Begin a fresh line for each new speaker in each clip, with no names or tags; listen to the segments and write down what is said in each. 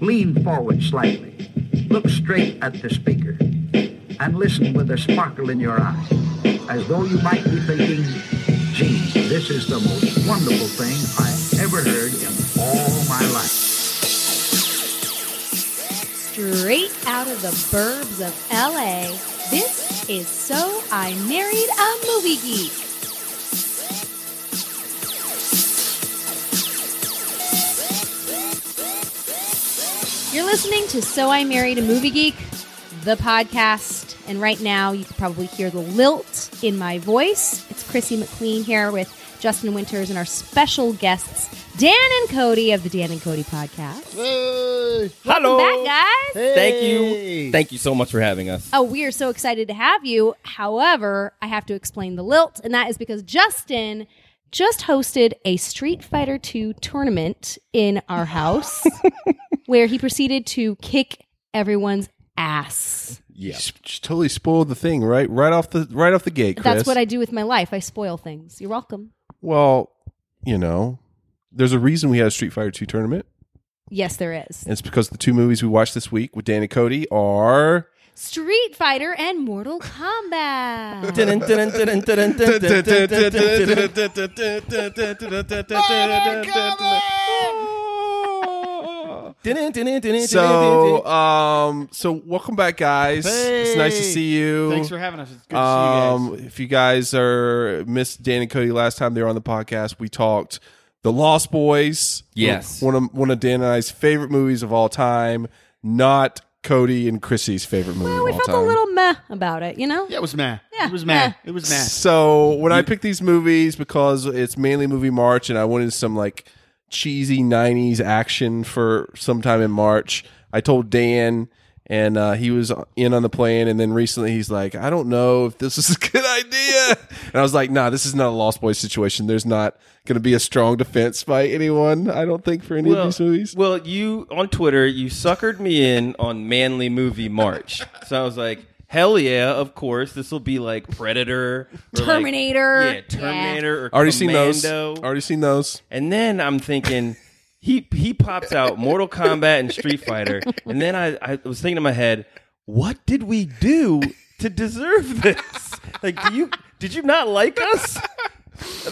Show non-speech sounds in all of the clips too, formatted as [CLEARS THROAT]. Lean forward slightly. Look straight at the speaker. And listen with a sparkle in your eye, as though you might be thinking, gee, this is the most wonderful thing I ever heard in all my life.
Straight out of the burbs of LA, this is So I Married a Movie Geek. You're listening to So I Married a Movie Geek, the podcast. And right now, you can probably hear the lilt in my voice. It's Chrissy McLean here with Justin Winters and our special guests, Dan and Cody of the Dan and Cody podcast.
Hey.
Welcome
Hello.
back, guys.
Thank you. Thank you so much for having us.
Oh, we are so excited to have you. However, I have to explain the lilt, and that is because Justin just hosted a Street Fighter II tournament in our house
[LAUGHS]
where he proceeded to kick everyone's ass.
Yeah.
S- just totally spoiled the thing, right? Right off the right off the gate, Chris.
That's what I do with my life. I spoil things. You're welcome.
Well, you know, there's a reason we had a Street Fighter 2 tournament,
Yes, there is.
and it's because the two movies we watched this week with Dan and Cody are
Street Fighter and Mortal Kombat.
So, um, so welcome back, guys. It's nice to
Hey.
see you.
Thanks for having us. It's good to see
Um,
you guys.
if you guys are missed Dan and Cody last time they were on the podcast, we talked the Lost Boys.
Yes.
one of one of Dan and I's favorite movies of all time. Not Cody and Chrissy's favorite movie
Well, [LAUGHS] we
of all
felt
time.
a little meh about it, you know?
Yeah, it was meh.
Yeah,
it was meh.
meh.
It was meh.
so when I picked these movies because it's mainly movie March, and I wanted some like cheesy '90s action for sometime in March. I told Dan. And uh, he was in on the plan, and then recently he's like, "I don't know if this is a good idea." and I was like, "Nah, this is not a Lost Boys situation. There's not going to be a strong defense by anyone. I don't think for any of
Well,
these movies."
well, you on Twitter, you suckered me in on Manly Movie March. so I was like, hell yeah, of course. This will be like Predator, or like-
Terminator.
yeah, Terminator or
Already seen
Commando.
those. Already seen those.
And then I'm thinking, he he pops out Mortal Kombat and Street Fighter. And then I, I was thinking in my head, what did we do to deserve this? Like, do you did you not like us?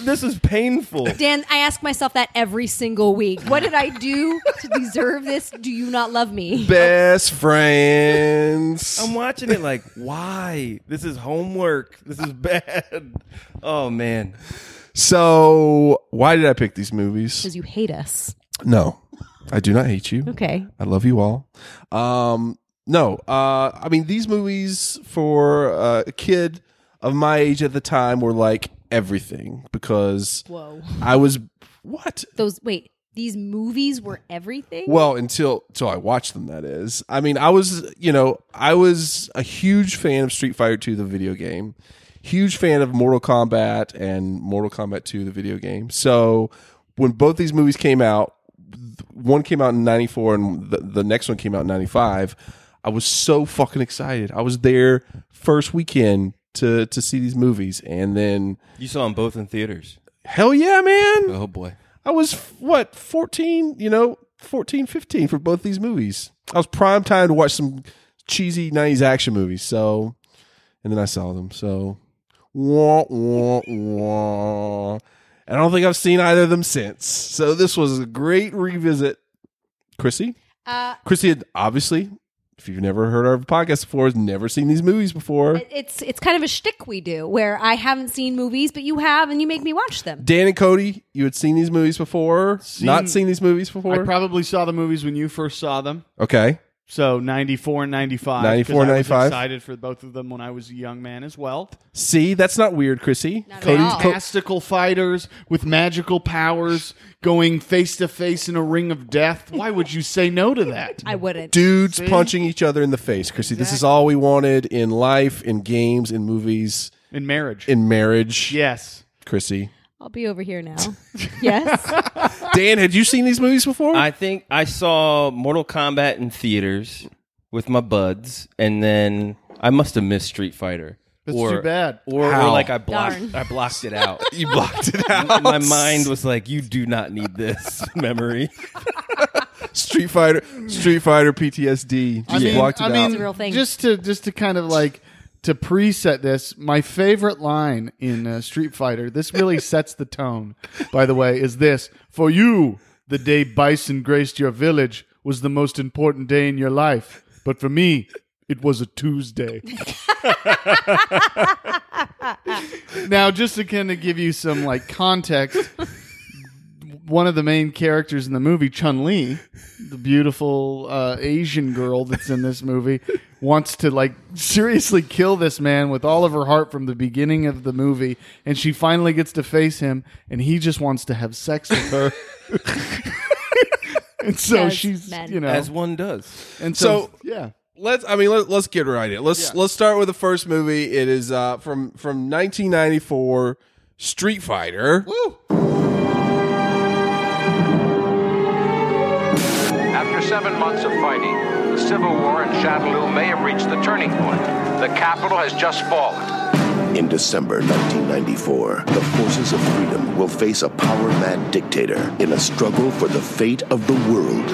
This is painful.
Dan, I ask myself that every single week. What did I do to deserve this? Do you not love me?
Best friends.
I'm watching it like, why? This is homework. This is bad. Oh man.
So, why did I pick these movies?
Because you hate us.
No, I do not hate you.
Okay.
I love you all. Um, no, uh, I mean these movies for uh, a kid of my age at the time were like everything because
Whoa.
I was what
Those wait, these movies were everything?
Well, until until I watched them, that is. I mean, I was you know I was a huge fan of Street Fighter Two, the video game, huge fan of Mortal Kombat and Mortal Kombat Two, the video game. So when both these movies came out, th- one came out in '94 and the, the next one came out in '95. I was so fucking excited. I was there first weekend to to see these movies, and then
You saw them both in theaters.
hell yeah, man!
Oh boy.
I was what 14, you know, 14, 15 for both these movies. I was prime time to watch some cheesy 90s action movies. So, and then I saw them. So, wah, wah, wah. And I don't think I've seen either of them since. So, this was a great revisit. Chrissy?
Uh,
Chrissy had obviously, if you've never heard our podcast before, has never seen these movies before.
it's it's kind of a shtick we do where I haven't seen movies, but you have, and you make me watch them.
Dan and Cody, you had seen these movies before,
Seen-
not seen these movies
I
before.
probably saw the movies when you first saw them.
okay.
So 94 and 95.
94
because I was
95.
excited for both of them when I was a young man as well.
See, that's not weird, Chrissy.
Not at
Cody's-
all.
Co-
Fantastical fighters with magical powers going face to face in a ring of death. Why would you say no to that?
I wouldn't.
dudes punching each other in the face, Chrissy. This is all we wanted in life, in games, in movies,
In marriage.
in marriage.
yes.
Chrissy.
I'll be over here
[LAUGHS]
now. yes.
Dan, had you seen these movies before?
I think I saw Mortal Kombat in theaters with my buds, and then I must have missed Street Fighter.
That's too bad.
Or, or
How?
like I blocked,
Darn.
I blocked it out.
[LAUGHS]
[LAUGHS]
you [LAUGHS] blocked it
[LAUGHS]
out.
my mind was like, "You do not need this memory."
Street Fighter, Street Fighter PTSD. Just blocked it out.
It's a real thing.
Just to just to kind of like to preset this, my favorite line in uh, Street Fighter.
[LAUGHS]
This really sets the tone. By the way, is this for you? The day Bison graced your village was the most important day in your life, but for me. It was
[LAUGHS]
a Tuesday. now, just to kind of give you some like context, one of the main characters in the movie, Chun Li, the beautiful uh, Asian girl that's in this movie, [LAUGHS] wants to like seriously kill this man with all of her heart from the beginning of the movie, and she finally gets to face him, and he just wants to have sex with her. [LAUGHS] and so
As
she's,
men.
you know,
as one does.
and
So-
so, yeah,
Let's. I mean, let, let's get right in. Let's let's start with the first movie. It is uh, from from 1994, Street Fighter.
After seven months of fighting, the civil war in Châteauroux may have reached the turning point. The capital has just fallen.
In December 1994, the forces of freedom will face a power mad dictator in a struggle for the fate of the world.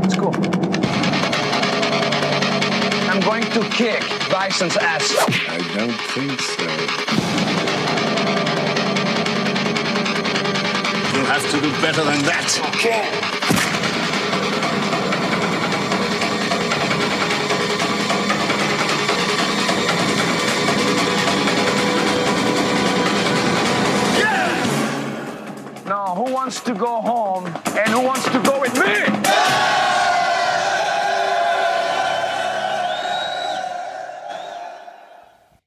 Let's go. I'm going to kick Bison's ass.
I don't think so.
You have to do better than that.
Now, who wants to go home and who wants to go with me?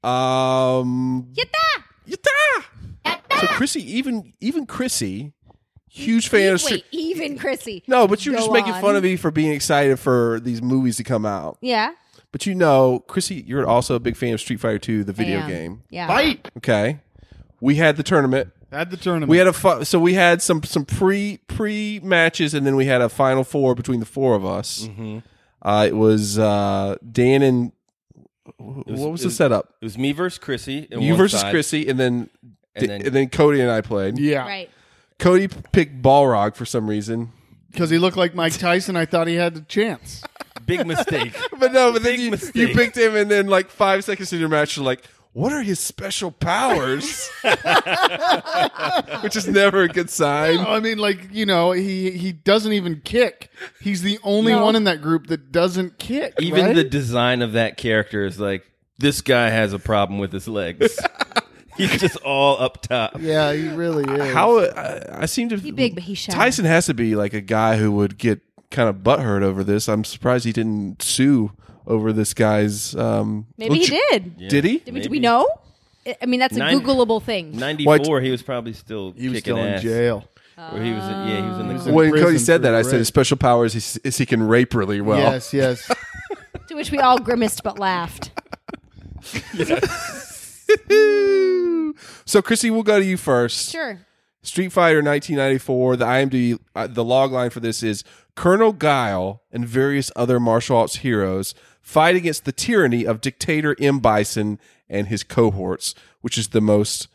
Um,
Get that.
Yata! So Chrissy, even even Chrissy, huge fan of Street.
Wait, even Chrissy.
No, but you're just
Go
making
on.
fun of me for being excited for these movies to come out.
Yeah.
But you know, Chrissy, you're also a big fan of Street Fighter 2, the video
Damn.
game.
Yeah.
fight
Okay, we had the tournament.
at the tournament.
We had a fu- so we had some some pre pre matches, and then we had a final four between the four of us.
Mm-hmm.
Uh, it was uh, Dan and what was
it
the
was-
setup?
It was me versus Chrissy. and
You
one
versus
side.
Chrissy, and then
And
and
then-
then, and then Cody and I played.
yeah,
Right.
Cody picked Balrog for some reason.
because he looked like Mike Tyson. I thought he had a chance.
Big
[LAUGHS]
mistake.
But no, but then
Big
you,
mistake.
you picked him, and then like five seconds into your match, you're like, "What are his special powers?" [LAUGHS] Which is never a good sign.
No, [LAUGHS]
Oh,
I mean, like you know, he he doesn't even kick. He's the only
No.
one in that group that doesn't kick.
Even
right?
the design of that character is like this guy has a problem with his
[LAUGHS]
legs. [LAUGHS] He's just all up top.
yeah, he really is.
How uh, I, I seem to
He big, but he's shy.
Tyson has to be like a guy who would get kind of butthurt over this. I'm surprised he didn't sue over this guy's. Um,
Maybe he
Lucha-
did.
Did he?
Did we, do
Maybe.
we know? I- I mean, that's a
Nine-
Googleable thing.
Ninety-four. He was probably still
he was
kicking
still in
ass.
jail.
Or he was in, yeah, he was in the
was
court.
in-
When
prison
Cody
for
said that, I said
rape.
his special powers is, is he can rape really well.
Yes, yes.
To which we all grimaced but laughed.
[LAUGHS] so Chrissy, we'll go to you first.
Sure.
Street Fighter 1994. The IMDb uh, the log line for this is Colonel Guile and various other martial arts heroes fight against the tyranny of dictator M Bison and his cohorts, which is the most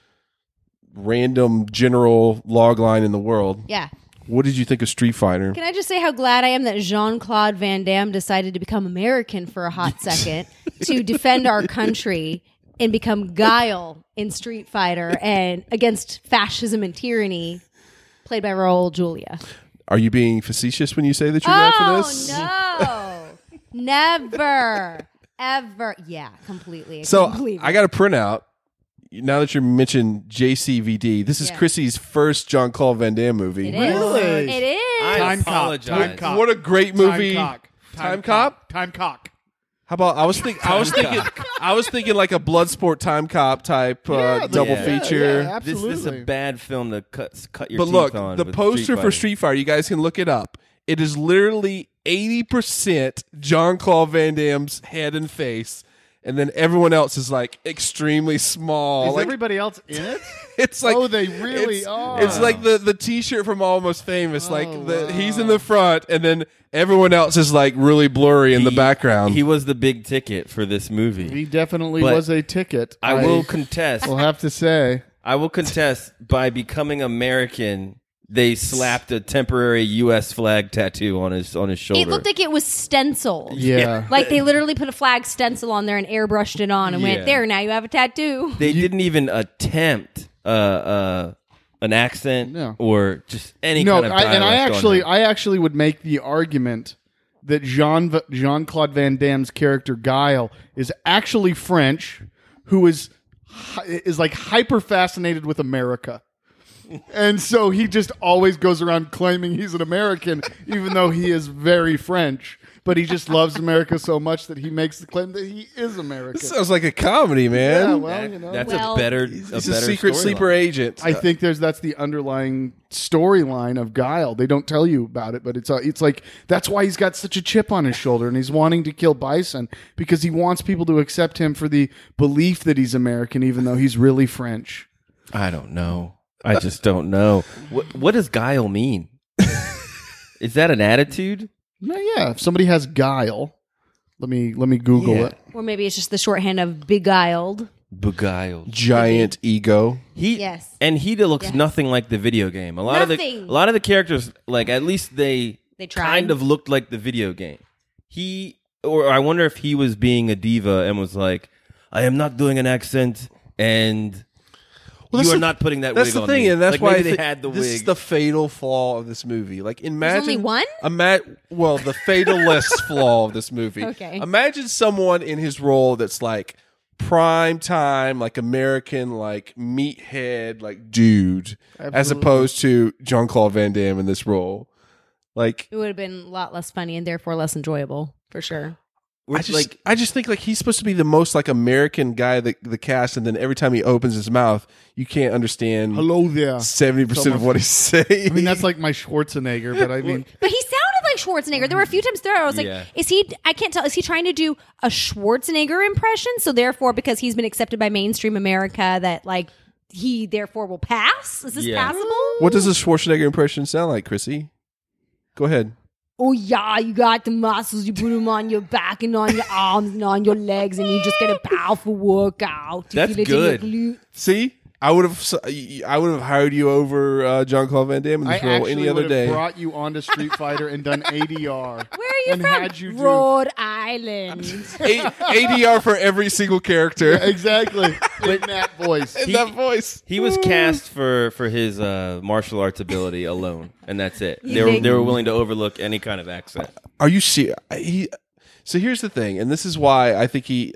random general log line in the world.
Yeah.
What did you think of Street Fighter?
Can I just say how glad I am that Jean Claude Van Damme decided to become American for a hot second to defend our country and become Guile in Street Fighter and against fascism and tyranny, played by Raul Julia. Oh,
Are you being facetious when you say that you're glad for this?
no. Never. Ever. Yeah, completely.
So
completely.
I got a printout. Now that you mentioned JCVD, this is
Yeah.
Chrissy's first John Claude Van Damme movie.
It is.
Really?
It is.
I
Time cop,
apologize.
time cop.
What a great movie.
Time cock.
Time Cop?
Time cock.
How about I was think I was thinking I was thinking like a Bloodsport Time Cop type uh,
Yeah, like-
double
yeah,
feature.
yeah,
This, this is a
absolutely.
bad film to cut cut your
but
teeth
look,
on
the
with
poster for
Fighter.
Street Fighter, you guys can look it up. It is literally 80% John Claude Van Damme's head and face and then everyone else is like extremely small.
Is
like,
everybody else
[LAUGHS]
in it?
it's like
Oh, they really
it's,
are.
It's like the the T-shirt from Almost Famous. like
Oh,
the, he's in the front, and then everyone else is like really blurry in the
He-
background.
He was the big ticket for this movie.
He definitely
But
was a ticket.
I will contest.
will have to say.
I will contest by becoming American. They slapped a temporary U.S. flag tattoo on his on his shoulder.
It looked like it was stenciled.
Yeah.
Like they literally put a flag stencil on there and airbrushed it on and
Yeah.
went, there, now you have a tattoo.
they didn't even attempt uh, uh, an accent
No.
or just any
no,
kind of
I, and I
dialect on
actually,
him.
I actually would make the argument that Jean Jean Claude Van Damme's character Guile is actually French, who is hi- is like hyper fascinated with America. And so he just always goes around claiming he's an American, even though he is very French. But he just loves America so much that he makes the claim that he is American.
This sounds like a comedy, man.
yeah, well, you know,
that's
Well-
a better. a
He's a,
better
secret
storyline.
sleeper agent.
I think there's that's the underlying storyline of Guile. They don't tell you about it, but it's uh, it's like that's why he's got such a chip on his shoulder and he's wanting to kill Bison because he wants people to accept him for the belief that he's American, even though he's really French.
I don't know.
[LAUGHS]
I just don't know. What What does guile mean? Is that an attitude?
No, yeah. If somebody has guile, let me let me Google
Yeah.
it.
Or maybe it's just the shorthand of beguiled.
Beguiled.
[LAUGHS] Giant ego.
He
Yes.
and he looks
Yes.
nothing like the video game. A lot of
Nothing.
the a lot of the characters, like at least they
They tried.
kind of looked like the video game. He or I wonder if he was being a diva and was like, I am not doing an accent and
Well,
you
that's
are
the-
not putting that
That's
wig
the
on
thing,
me.
and that's
Like,
why
maybe
I
they
think
had the
this
wig.
is the fatal flaw of this movie. Like, imagine
only one?
Ima- well, the fatalist
[LAUGHS]
flaw of this movie.
Okay.
Imagine someone in his role that's like prime time, like American, like meathead, like dude, as opposed to Jean Claude Van Damme in this role. Like,
It would have been a lot less funny and therefore less enjoyable, for sure.
We're
I just,
like
I just think like he's supposed to be the most like American guy that the cast, and then every time he opens his mouth, you can't understand
Hello there.
seventy percent of
Someone-
what he's saying.
I mean, that's like my Schwarzenegger, but I mean,
But he sounded like Schwarzenegger. There were a few times there I was like,
Yeah.
is he, I can't tell, is he trying to do a Schwarzenegger impression? So therefore, because he's been accepted by mainstream America, that like he therefore will pass? Is this
Yeah.
passable?
what does a Schwarzenegger impression sound like, Chrissy? Go ahead.
Oh yeah, you got the muscles. You put them on your back and on your arms and on your legs, and you just get a powerful workout. You
That's
feel it in your
good.
glute.
See, I would have, I would have hired you over uh, John Claude Van Damme in
I
this role
actually
any
would
other
have
day.
brought you onto Street Fighter and done ADR.
Where are you
and
from?
Had you do-
Rhode Island.
A- ADR for every single character.
[LAUGHS] [LAUGHS] exactly in that voice.
in that voice.
he
Mm.
was cast for for his uh, martial arts ability alone, and that's it. They were
think-
they were willing to overlook any kind of accent.
Are you serious? He. So here's the thing, and this is why I think he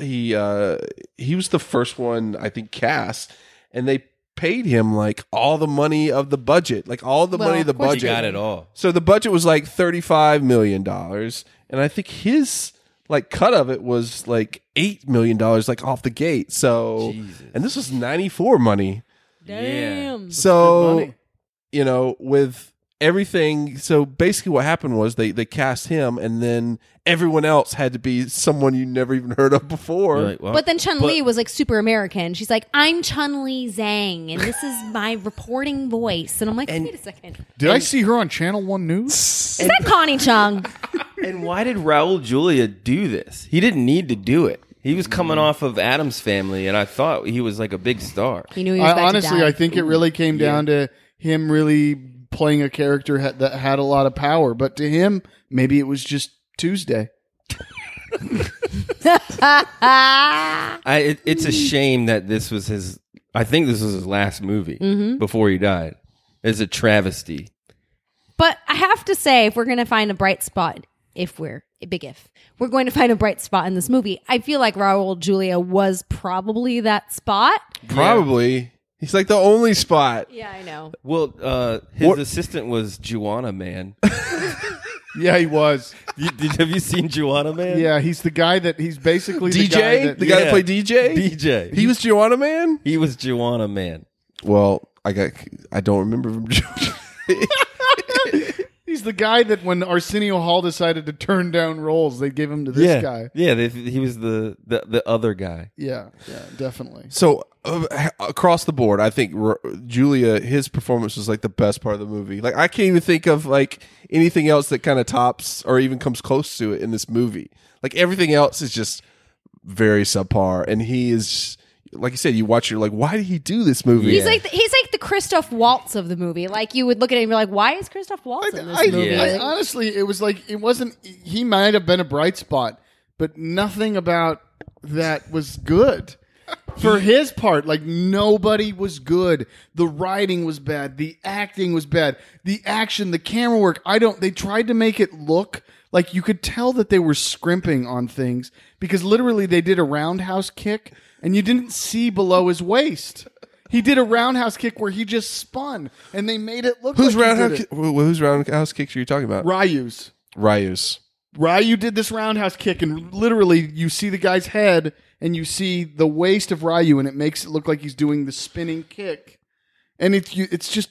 he uh he was the first one I think cast, and they paid him like all the money of the budget, like all the
Well,
money of the
of course
He
budget.
got it all.
So the budget was like thirty five million dollars, and I think his like cut of it was like eight million dollars, like off the gate. So
Jesus.
and this was ninety four money.
Damn.
So
money.
you know with everything so basically what happened was they they cast him and then everyone else had to be someone you never even heard of before
You're like, well,
But then Chun Li was like super American. She's like, I'm Chun Li Zhang, and this is my reporting voice. And I'm like, wait a second.
Did I see her on Channel One News?
Is that Connie Chung?
And why did Raul Julia do this? He didn't need to do it. He was coming off of Adam's family, and I thought he was like a big star.
He knew he was
I,
about to
honestly,
die.
I think it really came down to him really playing a character ha- that had a lot of power. But to him, maybe it was just Tuesday.
Ah.
I, it, it's a
Mm.
shame that this was his. I think this was his last movie
Mm-hmm.
before he died. It's a travesty.
But I have to say, if we're going to find a bright spot, if we're big if we're going to find a bright spot in this movie, I feel like Raul Julia was probably that spot.
probably he's like the only spot
Yeah, I know.
Well, uh, his
What-
assistant was Juana Man. [LAUGHS]
Yeah, he was.
You- did- have you seen Juana Man?
Yeah, he's the guy that he's basically
DJ
The guy that,
the guy
yeah.
that played DJ
DJ.
he was Joanna man
He was Juana Man.
[LAUGHS]
well I got I don't remember from
he's he's the guy that when Arsenio Hall decided to turn down roles, they gave him to this
yeah,
guy.
yeah. They, he was the, the the other guy.
Yeah, yeah, definitely.
So uh, h- across the board, I think R- Julia his performance was like the best part of the movie. Like I can't even think of like anything else that kind of tops or even comes close to it in this movie. Like everything else is just very subpar, and he is like you said. You watch, you're like, why did he do this movie?
He's like the, he's like the Christoph Waltz of the movie. Like you would look at him and be like, why is Christoph Waltz in this
I,
movie?
I-
Like,
honestly, it was like it wasn't. He might have been a bright spot, but nothing about that was
[LAUGHS]
good. For his part, like nobody was good. The writing was bad. The acting was bad. The action, the camera work. I don't. They tried to make it look like you could tell that they were scrimping on things because literally they did a roundhouse kick and you didn't see below his waist. He did a roundhouse kick where he just spun and they made it look
who's
like he did
roundhouse?
it.
Ki- wh- whose roundhouse kicks are you talking about?
Ryu's.
Ryu's.
Ryu did this roundhouse kick, and literally, you see the guy's head and you see the waist of Ryu, and it makes it look like he's doing the spinning kick. And it's you, it's just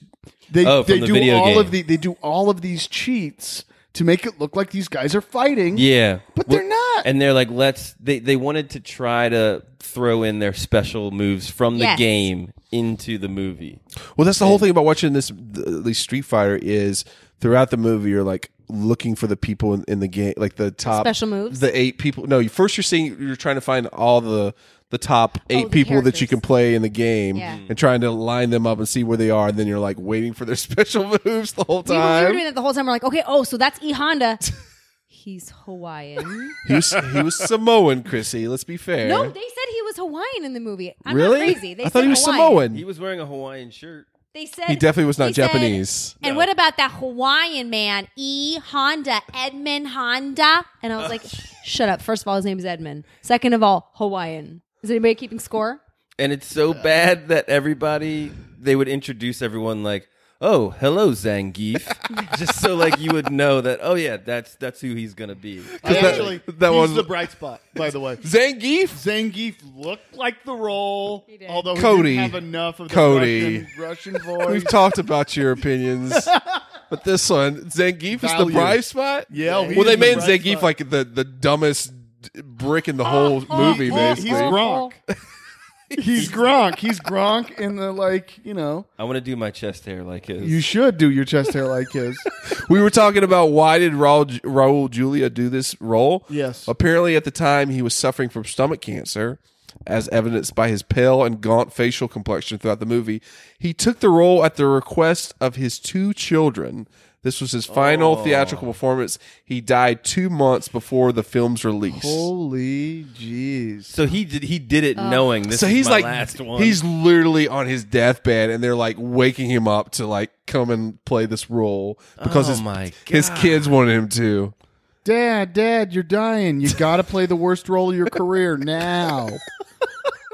they
Oh, from
they
the
do
video
all
game.
of the they do all of these cheats to make it look like these guys are fighting.
Yeah,
but
Well,
they're not.
And they're like, let's. They they wanted to try to throw in their special moves from the
Yes.
game into the movie.
Well, that's the whole thing about watching this, th- at least Street Fighter, is throughout the movie you're like looking for the people in, in the game, like the top
Special moves?
the eight people. No, you, first you're seeing you're trying to find all the the top eight
Oh, the
people that you
characters.
can play in the game
Yeah.
and trying to line them up and see where they are, and then you're like waiting for their [LAUGHS] special moves the whole
we, were, we were
time.
doing that the whole time. We're like, okay, oh, so that's E
[LAUGHS]
Honda. He's Hawaiian.
He was, he was Samoan, Chrissy. Let's be fair.
no, they said he was Hawaiian in the movie. I'm
really?
not crazy. They
I thought
said
he was
Hawaiian.
Samoan.
He was wearing a Hawaiian shirt.
They said
He definitely was not
they said,
Japanese.
and what about that Hawaiian man, E Honda, Edmund Honda? And I was
[LAUGHS]
like, shut up. First of all, his name is Edmund. Second of all, Hawaiian. Is anybody keeping score?
and it's so bad that everybody they would introduce everyone like oh hello zangief [LAUGHS] just so like you would know that oh yeah that's that's who he's gonna be
that-
Actually,
that
he's
was-
the bright spot, by the way.
Zangief.
Zangief looked like the role,
did.
although he
Cody.
didn't have enough of the
Cody.
Russian, Russian
[LAUGHS]
voice.
We've talked about your opinions, but this one, Zangief is the
Value.
bright spot.
Yeah, oh,
well,
he's
they
the
made
bright
Zangief
spot.
like the the dumbest d- brick in the whole movie,
oh,
basically.
he's Gronk. [LAUGHS] He's Gronk. He's Gronk in the like, you know.
i want to do my chest hair like his
You should do your chest hair like his.
we were talking about why did Raul, Raul Julia do this role?
Yes.
Apparently, at the time, he was suffering from stomach cancer, as evidenced by his pale and gaunt facial complexion throughout the movie. He took the role at the request of his two children. This was his final
Oh.
theatrical performance. He died two months before the film's release.
Holy jeez.
so he did he did it knowing this
so
is
he's
my
like,
last one
he's literally on his deathbed, and they're like waking him up to like come and play this role because
Oh
his
my
his kids wanted him to.
Dad, dad, you're dying. You got to play the worst role of your career now.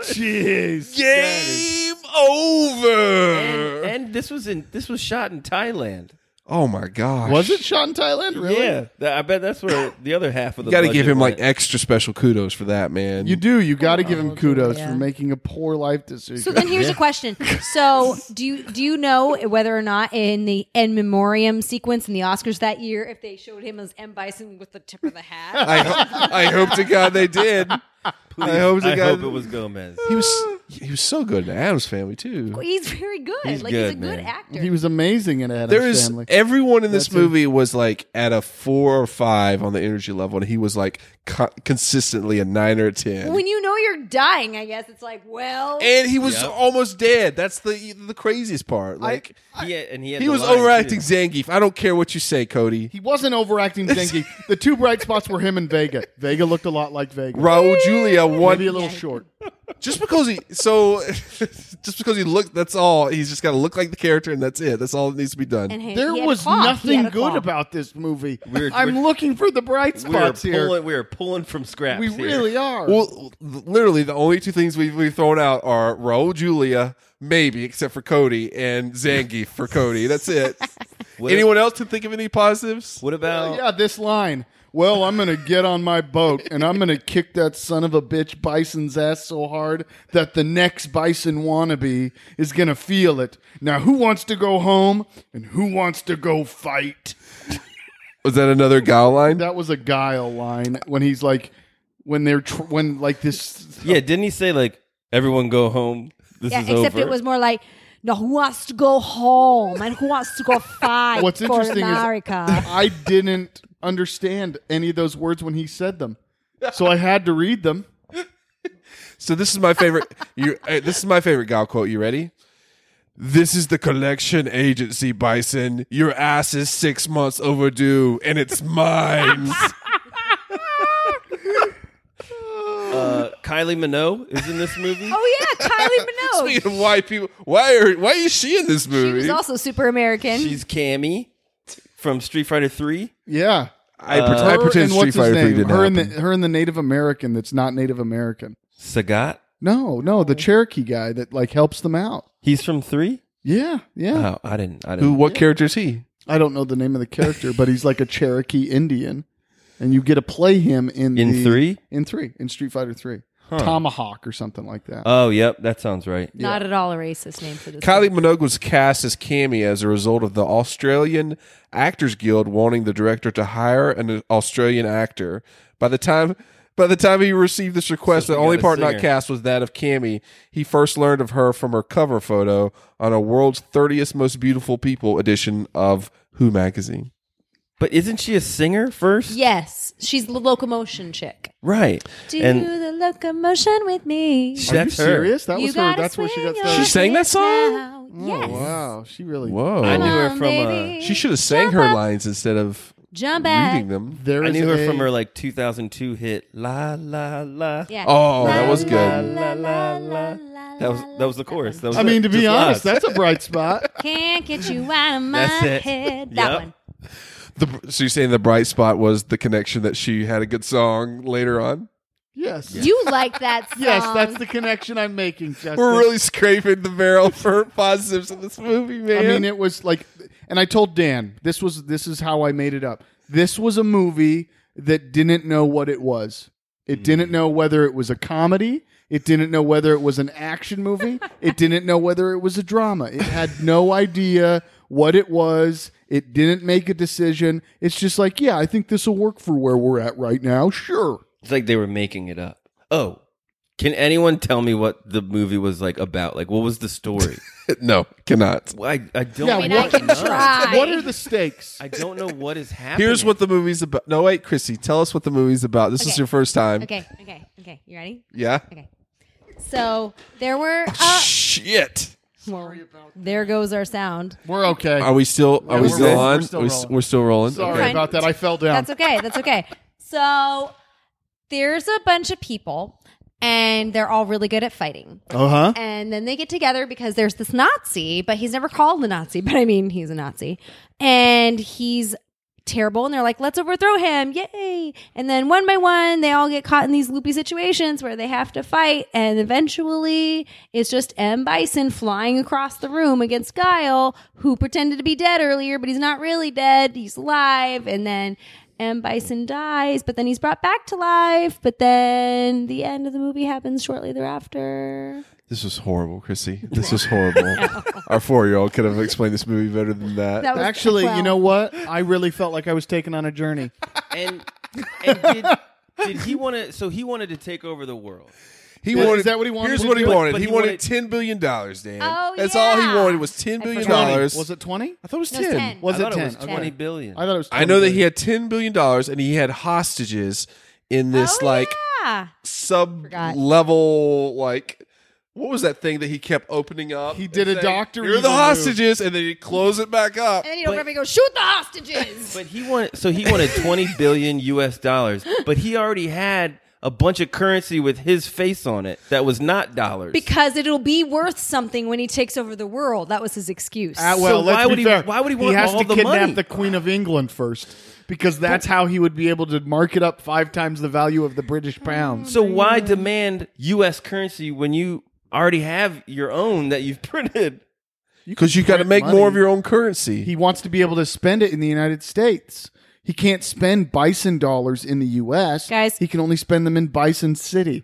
jeez.
Game over.
and, and this was in this was shot in thailand
oh my gosh!
Was it shot in Thailand? Really?
yeah Th- i bet that's where the other half of the
You got to
budget
give him like
went.
extra special kudos for that, man.
You do. You got to give him kudos
Oh, yeah.
for making a poor life decision.
So then here's a question. So do you do you know whether or not in the in memoriam sequence in the Oscars that year if they showed him as M Bison with the tip of the
[LAUGHS]
hat?
I, ho- I hope to God they did. I hope to
i
God
hope it was gomez
He was he was so good in Adam's Family too.
He's very good.
He's
like he's a
good,
good
man.
actor.
he was amazing in Adam's
There is
Family.
everyone in this
That's it.
movie was like at a four or five on the energy level, and he was like co- consistently a nine or a ten.
when you know you're dying, I guess it's like, well,
and he was
Yep.
almost dead. That's the the craziest part. Like
he had, and he, had
he
the
was
line, too.
overacting Zangief. I don't care what you say, Cody.
he wasn't overacting Zengi. the two bright spots were him and Vega. Vega looked a lot like Vega.
Raul Julia won
Maybe a little short.
just because he so [LAUGHS] just because he looked. That's all. He's just got to look like the character, and that's it. That's all that needs to be done.
and he-
There
he had a
was
claw. He had
nothing
a claw.
good about this movie.
We're-
I'm
we're-
looking for the bright
we were,
spots here.
pulling, we were pulling from scraps
we
here.
really are.
Well, literally, the only two things we've, we've thrown out are Raul Julia, maybe, except for Cody, and
[LAUGHS]
Zangief for Cody. That's it.
What-
Anyone else can think of any positives?
what about
yeah, Uh, this line. well, I'm going to get on my boat and I'm going to kick that son of a bitch bison's ass so hard that the next bison wannabe is going to feel it. Now, who wants to go home and who wants to go fight?
Was that another Gao line?
That was a guile line when he's like, when they're, tr- when like this,
Yeah, didn't he say like everyone go home? This
Yeah,
is
except
over.
it was more like, no, who wants to go home and who wants to go fight
What's
for
interesting is-
America?
[LAUGHS] I didn't understand any of those words when he said them. So I had to read them.
So this is my favorite.
[LAUGHS]
you, uh, this is my favorite Gal quote. You ready? This is the collection agency, Bison. Your ass is six months overdue,
[LAUGHS]
and it's mine.
uh, Kylie Minogue is in this movie.
[LAUGHS] oh yeah, Kylie Minogue.
Speaking of white people, why are why is she in this
She
movie?
was also super American.
She's Cammy from Street Fighter Three.
Yeah.
I, pretend, I
Her
pretend
and
Street
what's
Fighter
his
Three
name?
didn't
Her and, the,
happen.
her and the Native American that's not Native American.
Sagat.
No, no,
Oh.
the Cherokee guy that like helps them out.
He's from Three.
Yeah, yeah.
Oh, I didn't. I
Who?
didn't.
What character is he?
I don't know the name of the character, but he's like a Cherokee Indian, and you get to play him in
In
the-
Three?
in three in Street Fighter three, Tomahawk or something like that.
Oh, yep, that sounds right.
Not at all a racist name for this.
Kylie
movie.
Minogue was cast as Cammy as a result of the Australian Actors Guild wanting the director to hire an Australian actor. By the time by the time he received this request,
So
the
we
only
got a
part not
singer.
cast was that of Cammy. He first learned of her from her cover photo on a World's 30th Most Beautiful People edition of Who magazine.
But isn't she a singer first?
yes, she's the locomotion chick.
Right.
Do
and
the locomotion with me.
Are you
that's her.
serious? That
You
was her.
gotta
That's where she
swing
got started.
your
She sang that
hips
song?
now.
Oh,
Yes.
wow, she really.
Whoa.
I knew
Come
her
on,
from. Uh,
baby.
she should have sang her
Jump up,
lines instead of
Jump
reading
back.
them.
There
I
is
knew her
a-
from her like 2002 hit La La La.
Yeah.
Oh, that
La,
was
la,
good.
la, la, la,
That was that was the chorus. That was
I mean, to
it.
be
Just
honest,
lies.
that's
[LAUGHS]
a bright spot.
Can't get you out of my
That's it.
head. That
Yep.
one.
The, so you're saying the bright spot was the connection that she had a good song later on?
Yes.
You like [LAUGHS] that song?
Yes, that's the connection
[LAUGHS]
I'm making, Justin.
We're really scraping the barrel for positives in this movie,
I
man.
mean, it was like, and I told Dan this was this is how I made it up. This was a movie that didn't know what it was.
Hmm.
It didn't know whether it was a comedy. It didn't know whether it was an
[LAUGHS]
action movie. it didn't know whether it was a drama. It had no idea what it was. It didn't make a decision. It's just like, yeah, I think this will work for where we're at right now. Sure.
It's like they were making it up. Oh, can anyone tell me what the movie was like about? Like, what was the
[LAUGHS]
story?
no, cannot.
Well, I, I don't.
Yeah,
I mean,
what-
I can try.
What are the
[LAUGHS]
stakes?
I don't know what is happening.
Here's what the movie's about. No, wait, Chrissy, tell us what the movie's about. This is
Okay.
your first time.
Okay, okay, okay. You ready?
Yeah.
Okay. So there [LAUGHS] were. Uh,
Shit.
well, there goes our sound.
We're okay.
Are we still? Are
Yeah,
we
we're
still
rolling.
on?
We're still
Are we s-
rolling.
we're still rolling.
Sorry
Okay.
about that. I fell down.
That's okay. That's okay. So there's a bunch of people, and they're all really good at fighting.
Uh huh.
And then they get together because there's this Nazi, but he's never called a Nazi, [LAUGHS] but I mean, he's a Nazi. And he's terrible. And they're like, let's overthrow him. Yay. And then one by one, they all get caught in these loopy situations where they have to fight. And eventually, it's just M. Bison flying across the room against Guile, who pretended to be dead earlier, but he's not really dead. He's alive. And then. M. Bison dies, but then he's brought back to life. But then the end of the movie happens shortly thereafter.
This was horrible, Chrissy. This
[LAUGHS]
was horrible. Our four-year-old could have explained this movie better than that.
That was-
Actually,
well,
you know what? I really felt like I was taken on a journey.
and,
[LAUGHS]
and did, did he want to? So he wanted to take over the world.
he
Is that what he wanted
Here's
to
what he
do?
wanted.
But
he,
he
wanted,
wanted-
ten billion dollars, Dan.
Oh,
That's all he
yeah.
wanted was ten billion
forgot.
dollars.
Was it 20?
I thought it was
No, it's 10.
Was
I
it
thought
10?
it was
Okay.
twenty billion.
I thought it was 20.
I know that he had ten billion dollars and he had hostages in this
Oh,
like
yeah.
sub
Forgot.
level like what was that thing that he kept opening up?
He did
and
a
saying,
Dr.
You're the
Evil move."
hostages, and then he'd close it back up.
And then you don't ever go shoot the
[LAUGHS]
hostages.
But he wanted. So he wanted twenty billion U.S. dollars. But he already had a bunch of currency with his face on it that was not dollars.
because it'll be worth something when he takes over the world. That was his excuse.
Ah,
So
well, let's
why
be
would he-
fair.
why would he want
has
all
to
the
kidnap
money?
the Queen of England first because that's how he would be able to mark it up five times the value of the British pound.
So why demand U.S. currency when you already have your own that you've [LAUGHS] printed?
Because you got to
print
make
money.
more of your own currency.
He wants to be able to spend it in the United States. He can't spend bison dollars in the U.S.
Guys.
he can only spend them in Bison City.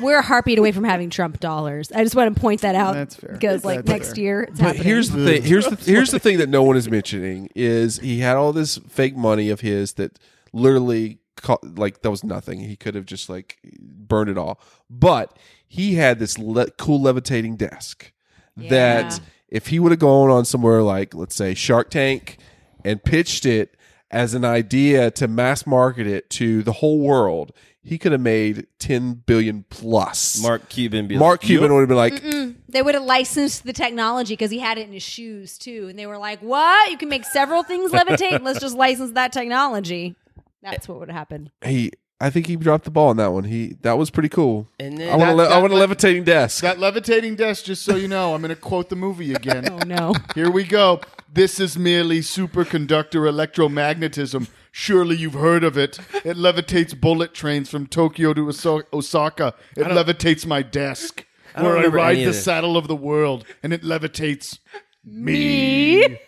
We're a heartbeat away from having Trump dollars. I just want to point that out.
That's fair.
Because like
That's
next
fair.
year, it's
But
happening.
here's the thing. Here's the here's the thing that no one is mentioning is he had all this fake money of his that literally co- like that was nothing. He could have just like burned it all. But he had this le- cool levitating desk that
Yeah.
if he would have gone on somewhere like let's say Shark Tank and pitched it as an idea to mass market it to the whole world, he could have made 10 billion plus.
Mark Cuban. Be like,
Mark Cuban
"Yup."
would have been like,
they would have licensed the technology because he had it in his shoes too, and they were like, "What? You can make several things levitate. Let's just license that technology." That's what would happen.
he I think he dropped the ball on that one. He that was pretty cool.
And
I
then
want a
That-
le- I
that
want a
le-
levitating desk.
That levitating desk, just so you know, I'm going to quote the
[LAUGHS]
movie again.
Oh
[LAUGHS]
no!
Here we go. This is merely superconductor electromagnetism. Surely you've heard of it. It levitates bullet trains from Tokyo to Oso- Osaka. It levitates my desk,
don't
where I
remember
ride
any of
the
this.
saddle of the world, and it levitates
I
me.
remember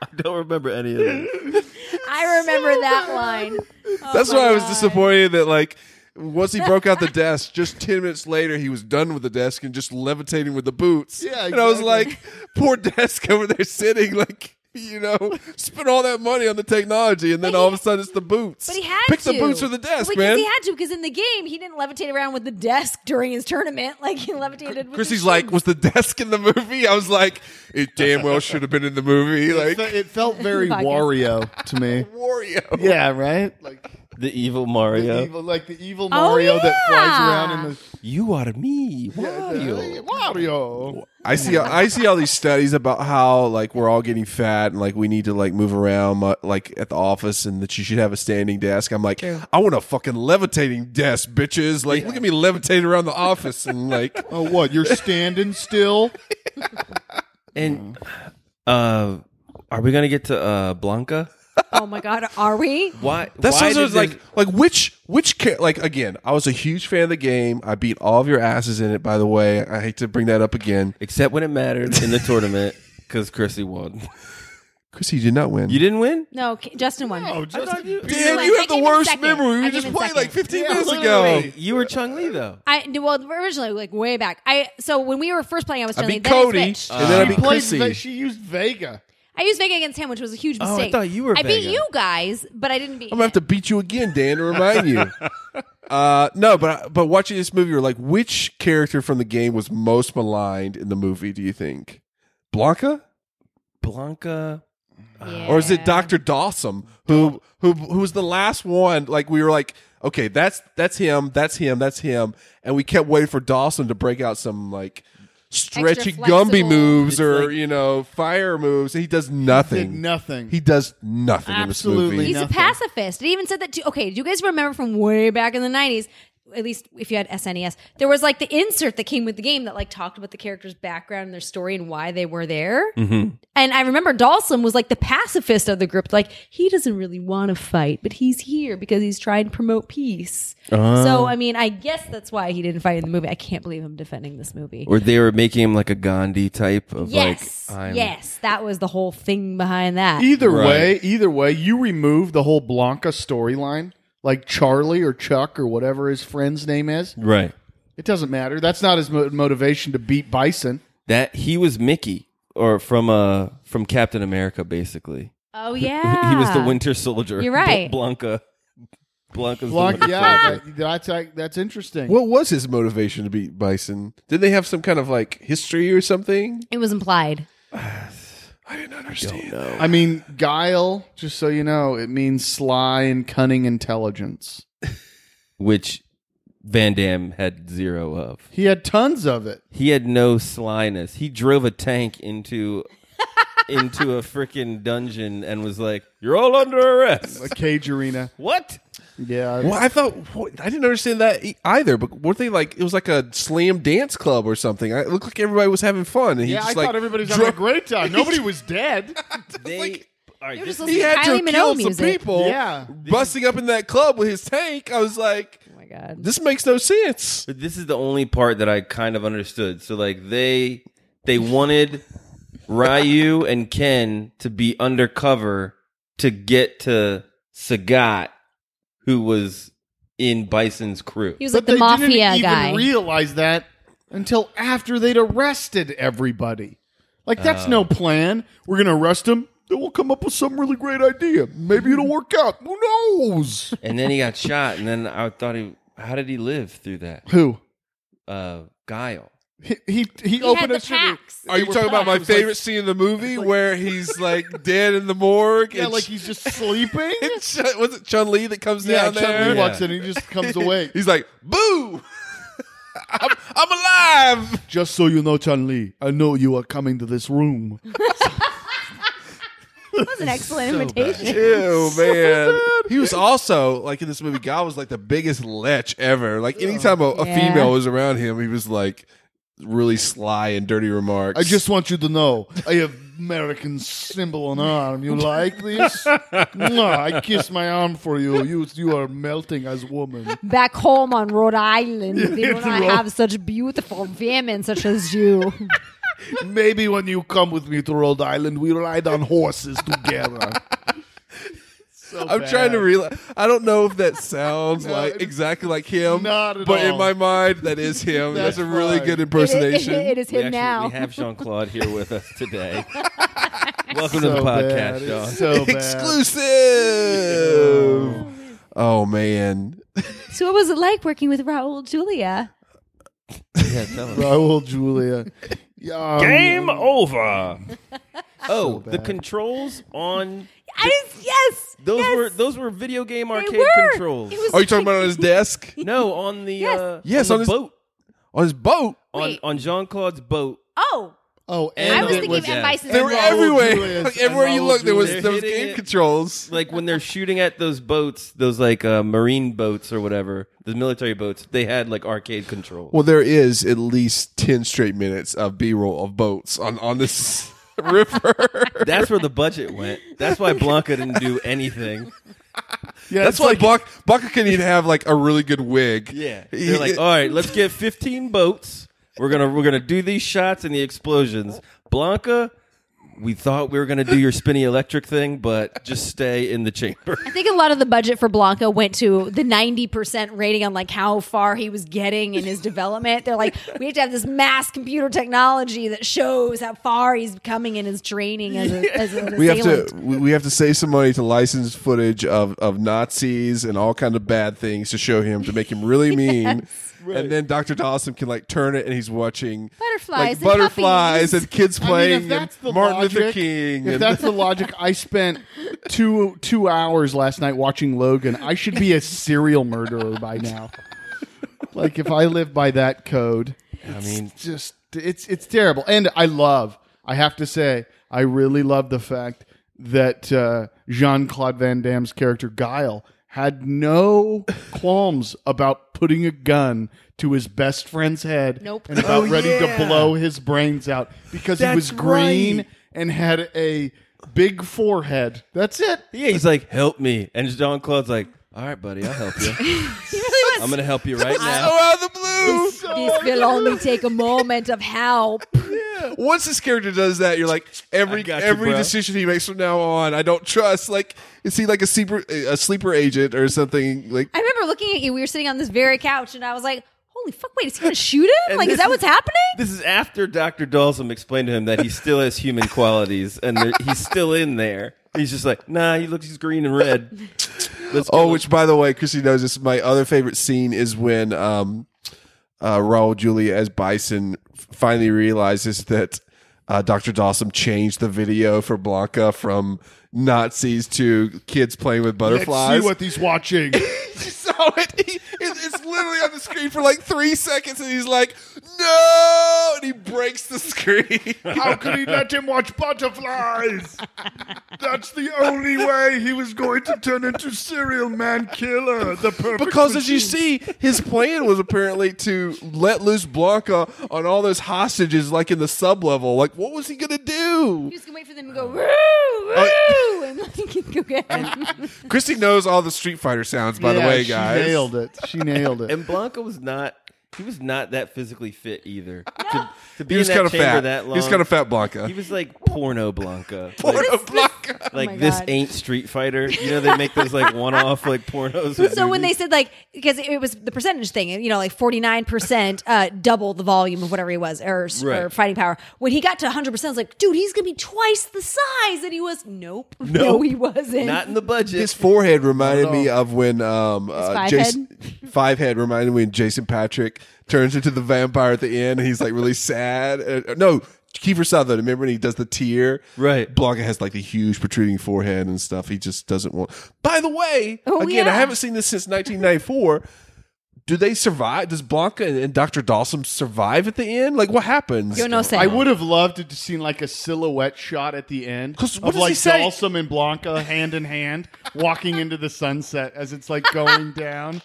that.
don't remember any of it.
I remember that line.
That's why I was
Oh God.
disappointed that like
[LAUGHS]
once he broke out the desk, just ten minutes later he was done with the desk and just levitating with the boots.
Yeah,
and I was
exactly.
like, poor desk over there sitting [LAUGHS] like. You know, spent all that money on the technology, and then all of a sudden it's the boots.
But he had
pick
to
the boots or the desk,
because
man.
He had to because in the game he didn't levitate around with the desk during his tournament. [LAUGHS] Like he levitated. with his
Chrissy's like,
shoes.
was the desk in the movie? I was like, it damn well should have been in
[LAUGHS]
the movie.
It,
Like
fe- it felt [LAUGHS] very
Podcast.
Wario to me.
Wario.
[LAUGHS] Yeah, right. [LAUGHS] Like
The evil
the
Mario.
evil, like the evil Mario that flies
yeah.
around in the
you are me, Mario.
Hey, Wario.
I see. I see all these studies about how like we're all getting fat and like we need to like move around mu- like at the office and that you should have a standing desk. I'm like, I want a fucking levitating desk, bitches. Like, look at me levitate around the office and like,
Oh, what? You're standing still?
And uh, are we gonna get to uh, Blanca?
oh my god, are we?
Why?
That
why
sounds
did
like
this-
like which which ca- like again. I was a huge fan of the game. I beat all of your asses in it. By the way, I hate to bring that up again.
except when it mattered in the tournament because Chrissy won.
Chrissy you did not win.
You didn't win.
No, K- Justin won.
Oh,
[LAUGHS]
Damn,
won.
you
I
have the
came in
worst
second.
memory.
I
We
came
just
in
played
second.
like 15
Yeah,
minutes
literally.
ago.
You were Chung Lee though.
I well originally like way back. I so when we were first playing, I was
I
Stanley.
beat
Then
Cody, Uh.
I
and
switched.
then I
She
beat
played.
Chrissy.
Ve- she used Vega.
I used Vega against him, which was a huge
Oh, I
mistake.
thought you were
I beat
Vega.
you guys, but I didn't beat.
I'm gonna have to beat you again, Dan, to remind you. Uh, no, but but watching this movie, you're like, which character from the game was most maligned in the movie? Do you think Blanca,
Blanca.
Yeah.
or is it Doctor Dawson, who who who was the last one? Like we were like, okay, that's that's him, that's him, that's him, and we kept waiting for Dawson to break out some like stretchy Gumby
flexible-
moves
It's
or
like-
you know fire moves, and he does
Did
nothing.
nothing.
He does nothing in
Absolutely
this movie.
He's
nothing.
a pacifist. It even said that. To, okay, do you guys remember from way back in the '90s? At least if you had SNES, there was like the insert that came with the game that like talked about the character's background and their story and why they were there.
Mm-hmm.
And I remember Dawson was like the pacifist of the group. Like he doesn't really want to fight, but he's here because he's trying to promote peace.
Uh-huh.
So I mean, I guess that's why he didn't fight in the movie. I can't believe I'm defending this movie.
Or they were making him like a Gandhi type of
yes,
like. I'm,
yes, that was the whole thing behind that.
either
Right.
way, either way, you remove the whole Blanca storyline, like Charlie or Chuck or whatever his friend's name is.
Right.
It doesn't matter. That's not his mo- motivation to beat Bison.
That he was Mickey or from uh from Captain America basically.
oh yeah,
[LAUGHS] He was the Winter Soldier.
You're right.
[LAUGHS] Bl- Blanca. Blanca's
Blanca,
the Winter
yeah,
Soldier.
that- that's like, that's interesting.
What was his motivation to beat Bison? Did they have some kind of like history or something?
It was implied.
I didn't understand.
I mean, guile. Just so you know, it means sly and cunning intelligence.
Which Van Damme had zero of.
He had tons of it.
He had no slyness. He drove a tank
[LAUGHS]
into into a freaking dungeon and was like, "You're all under arrest."
A cage arena.
what?
Yeah.
Well, I thought what- I didn't understand that e- either. But weren't they like it was like a slam dance club or something? I- It looked like everybody was having fun, and he
Yeah,
just
I
like
thought everybody was
dro-
having
[LAUGHS]
a great time. Nobody was dead.
They all right,
They were
this
just
He
listening
had
to
to
Kylie
kill
Minogue
some
music.
people.
Yeah.
busting up in that club with his tank. I was like,
Oh my god.
this makes no sense.
But this is the only part that I kind of understood. So like they they wanted Ryu and Ken to be undercover to get to Sagat, who was in Bison's crew.
He was
But
like the
they
mafia
didn't
guy.
even realize that until after they'd arrested everybody. Like that's
Oh.
no plan. We're gonna arrest him. Then we'll come up with some really great idea. Maybe
Hmm.
it'll work out. Who
[LAUGHS]
knows?
and then he got shot. And then I thought he, how did he live through that?
Who?
Uh, Guile.
He he, he,
he had
opened
the
us.
packs.
Are you talking about my favorite scene in the movie where he's like dead in the morgue?
Yeah,
and
like
Ch-
he's just
[LAUGHS]
sleeping.
and Ch- was it Chun Li that comes
yeah,
down there?
Chun Li
Yeah.
walks in and he just
[LAUGHS]
comes away.
He's like, "Boo! [LAUGHS] I'm, I'm alive."
Just so you know, Chun Li, I know you are coming to this room.
That [LAUGHS] was an excellent
[LAUGHS]
imitation.
[LAUGHS] Ew, man. He was also like in this movie. Guy was like the biggest lech ever. Like anytime a, a
Yeah.
female was around him, he was like really sly and dirty remarks.
I just want you to know I have American symbol on arm. You like this? no, I kiss my arm for you. You you are melting as woman.
[LAUGHS] Back home on Rhode Island, they do not
Rhode-
have such beautiful women such as [LAUGHS] you.
Maybe when you come with me to Rhode Island, we ride on horses together. So
I'm [LAUGHS]
bad.
trying to realize. I don't know if that sounds like
it's
exactly like him,
not at
but in
all.
my mind, that [LAUGHS] is him. That's,
That's
a really
fine.
good
It, [LAUGHS]
impersonation.
it is
We
him
actually-
now.
We have Jean Claude here with us
[LAUGHS]
today. Welcome to
So
the podcast,
bad. It's
John.
[LAUGHS]
[LAUGHS] So bad.
Exclusive. Oh man,
So, what was it like working with Raul Julia?
Yeah, tell him.
Raul Julia. Yeah,
Game over. Oh, the controls on
I just, yes,
those
yes,
were those were video game
they
arcade
were.
controls.
It was
are you talking about on his desk,
no, on the
Yes.
uh,
Yes,
on,
on
the
his-
boat
on his boat?
on
Wait.
on Jean Claude's boat.
oh,
Oh, and
I was
it
thinking
was-
of
yeah.
M. Bison's
They were
Raoul.
everywhere.
Julius
Like
and
everywhere you
Raoul
looked, there was
Julius.
there was
They're hitting
game
it.
controls.
Like when they're shooting at those boats, those like uh, marine boats or whatever, the military boats, they had like arcade controls.
Well, there is at least ten straight minutes of B-roll of boats on on this [LAUGHS] river.
That's where the budget went. That's why Blanca didn't do anything.
yeah,
That's
it's
why
like
Buck Buck can even have like a really good wig.
Yeah,
He-
they're like, all right, let's get 15 boats. We're gonna we're gonna do these shots and the explosions. Blanca, we thought we were gonna do your spinny electric thing, but just stay in the chamber.
I think a lot of the budget for Blanca went to the 90% rating on like how far he was getting in his development. They're
[LAUGHS]
like, we have to have this mass computer technology that shows how far he's coming in his training as
[LAUGHS]
a, as a
we have to we we have to save some money to license footage of, of Nazis and all kind of bad things to show him to make him
[LAUGHS]
really mean. And then Dr. Dawson can like turn it and he's watching
Butterflies
like,
and
butterflies
puppies.
and kids
I mean, if
playing
that's the
and Martin
logic,
Luther King.
If
and-
that's the logic, I spent two two hours last night watching Logan. I should be a serial murderer by now. Like if I live by that code,
I mean,
just it's it's terrible. And I love. I have to say, I really love the fact that uh, Jean Claude Van Damme's character Guile had no qualms about putting a gun to his best friend's head
Nope.
and about
Oh,
ready
yeah.
to blow his brains out because he
That's
was green
right.
and had a big forehead. That's it.
yeah, he's like, help me, and Jean Claude's like, all right, buddy, I'll help you. I'm gonna help you
[LAUGHS]
right
so
now.
out of the
[LAUGHS]
blue.
This will only take a moment of help.
Once this character does that, you're like every
got you,
every
bro.
decision he makes from now on, I don't trust. Like, is he like a sleeper a sleeper agent or something? Like,
I remember looking at you. We were sitting on this very couch, and I was like, holy fuck, wait, is he going to shoot him?
And
like, is
this
that what's happening?
This is after Dr. Dalsum explained to him that he still has human [LAUGHS] qualities and there- he's still in there. He's just like, nah, he looks, he's green and red. Let's
Oh,
go.
which by the way, Chrissy knows this. My other favorite scene is when um, uh, Raul Julia as Bison finally realizes that uh, Dr. Dawson changed the video for Blanca from Nazis to kids playing with butterflies.
Let's
[LAUGHS]
see what he's watching.
he saw it. He, it- It's literally on the screen for like three seconds, and he's like, "No!" and he breaks the
[LAUGHS]
screen.
How could he let him watch butterflies? That's the only way he was going to turn into serial man killer. The perfect
Because as you see, his plan was apparently to let loose Blanca on all those hostages, like in the sub level. Like, what was he gonna do?
You just going to wait for them to go, woo,
Oh.
woo, and like, [LAUGHS] go get
[LAUGHS]
him.
Christy knows all the Street Fighter sounds, by the way, guys.
she nailed it. She nailed it.
And Blanca was not. He was not that physically fit either. To, to be
He was
in that
kind of
chamber
fat.
that
He
long,
was kind of fat,
[LAUGHS]
Blanca.
He was like porno Blanca.
Poor
Like,
Blanca.
like
oh my
this
God.
ain't Street Fighter. You know they make those
[LAUGHS]
like one-off like pornos. with
So when they
movies.
said like, because it was the percentage thing, you know, like forty nine percent, uh, double the volume of whatever he was, or, or
Right.
fighting power. When he got to one hundred percent, I was like, dude, he's gonna be twice the size that he was. Nope, [LAUGHS] no,
Nope.
he wasn't.
not in the budget,
His forehead reminded me of when um uh,
five
Jason [LAUGHS] Five Head reminded me when Jason Patrick turns into the vampire at the end and he's like really sad. Uh, no, Kiefer Sutherland. Remember when he does the tear?
Right.
Blanca has like the huge protruding forehead and stuff. He just doesn't want. By the way,
Oh,
again, I
yeah.
haven't seen this since 1994. Do they survive? Does Blanca and, and Doctor Dawson survive at the end? Like what happens?
Yo no
I
say.
would have loved to have seen like a silhouette shot at the end
'Cause what
of
does
like
he say?
Dalsum and Blanca hand
[LAUGHS]
in hand walking into the sunset as it's like going down.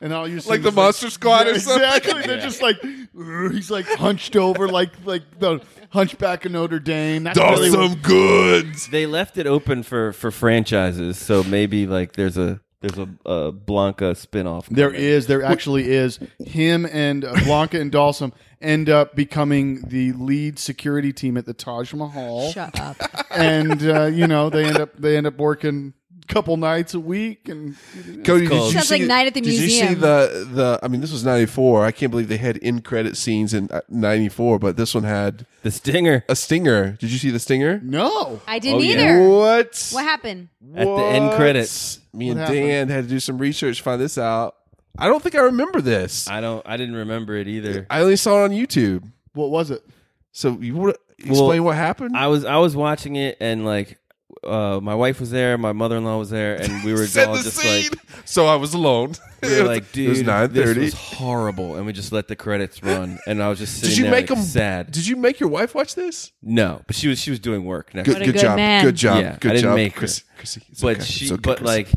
And all you see
Like
is,
the Monster Squad or something?
Exactly. They're just like "Ugh," he's like hunched over like like the hunchback of Notre Dame. That's really what-
Dawson goods.
they left it open for for franchises. So maybe like there's a there's a, a Blanca spinoff.
There
coming.
is, there actually is. Him and uh, Blanca and Dalsum end up becoming the lead security team at the Taj Mahal,
Shut up.
and uh, you know they end up they end up working a couple nights a week. And
Cody, did
called-
you
Sounds
see,
like Night at the
did you see
Museum.
the the? I mean, this was '94. I can't believe they had in credit scenes in '94, but this one had
the stinger
a stinger. Did you see the stinger?
no,
[LAUGHS]
I didn't
Oh, yeah.
either.
What?
What happened?
at the end
What?
credits.
Me and
What happened?
Dan had to do some research to find this out. I don't think I remember this. I,
I don't. I didn't remember it either.
only saw it on YouTube.
what was it?
So you want to explain what happened? [LAUGHS]
I was I was watching it and like uh, my wife was there, my mother in law was there, and we were
[LAUGHS] Set
all
the
just
scene.
like
so I was alone.
we were like, dude,
[LAUGHS] it was nine
this
thirty.
was horrible, and we just let the credits run, and I was just sitting
Did you
there
make
like,
them
sad?
Did you make your wife watch this?
no, but she was she was doing work next.
What a good
job.
man.
Good job.
Yeah,
good
I didn't
job,
make her.
Chrissy. Chrissy, it's
but
okay.
she,
It's okay,
but
Chrissy.
like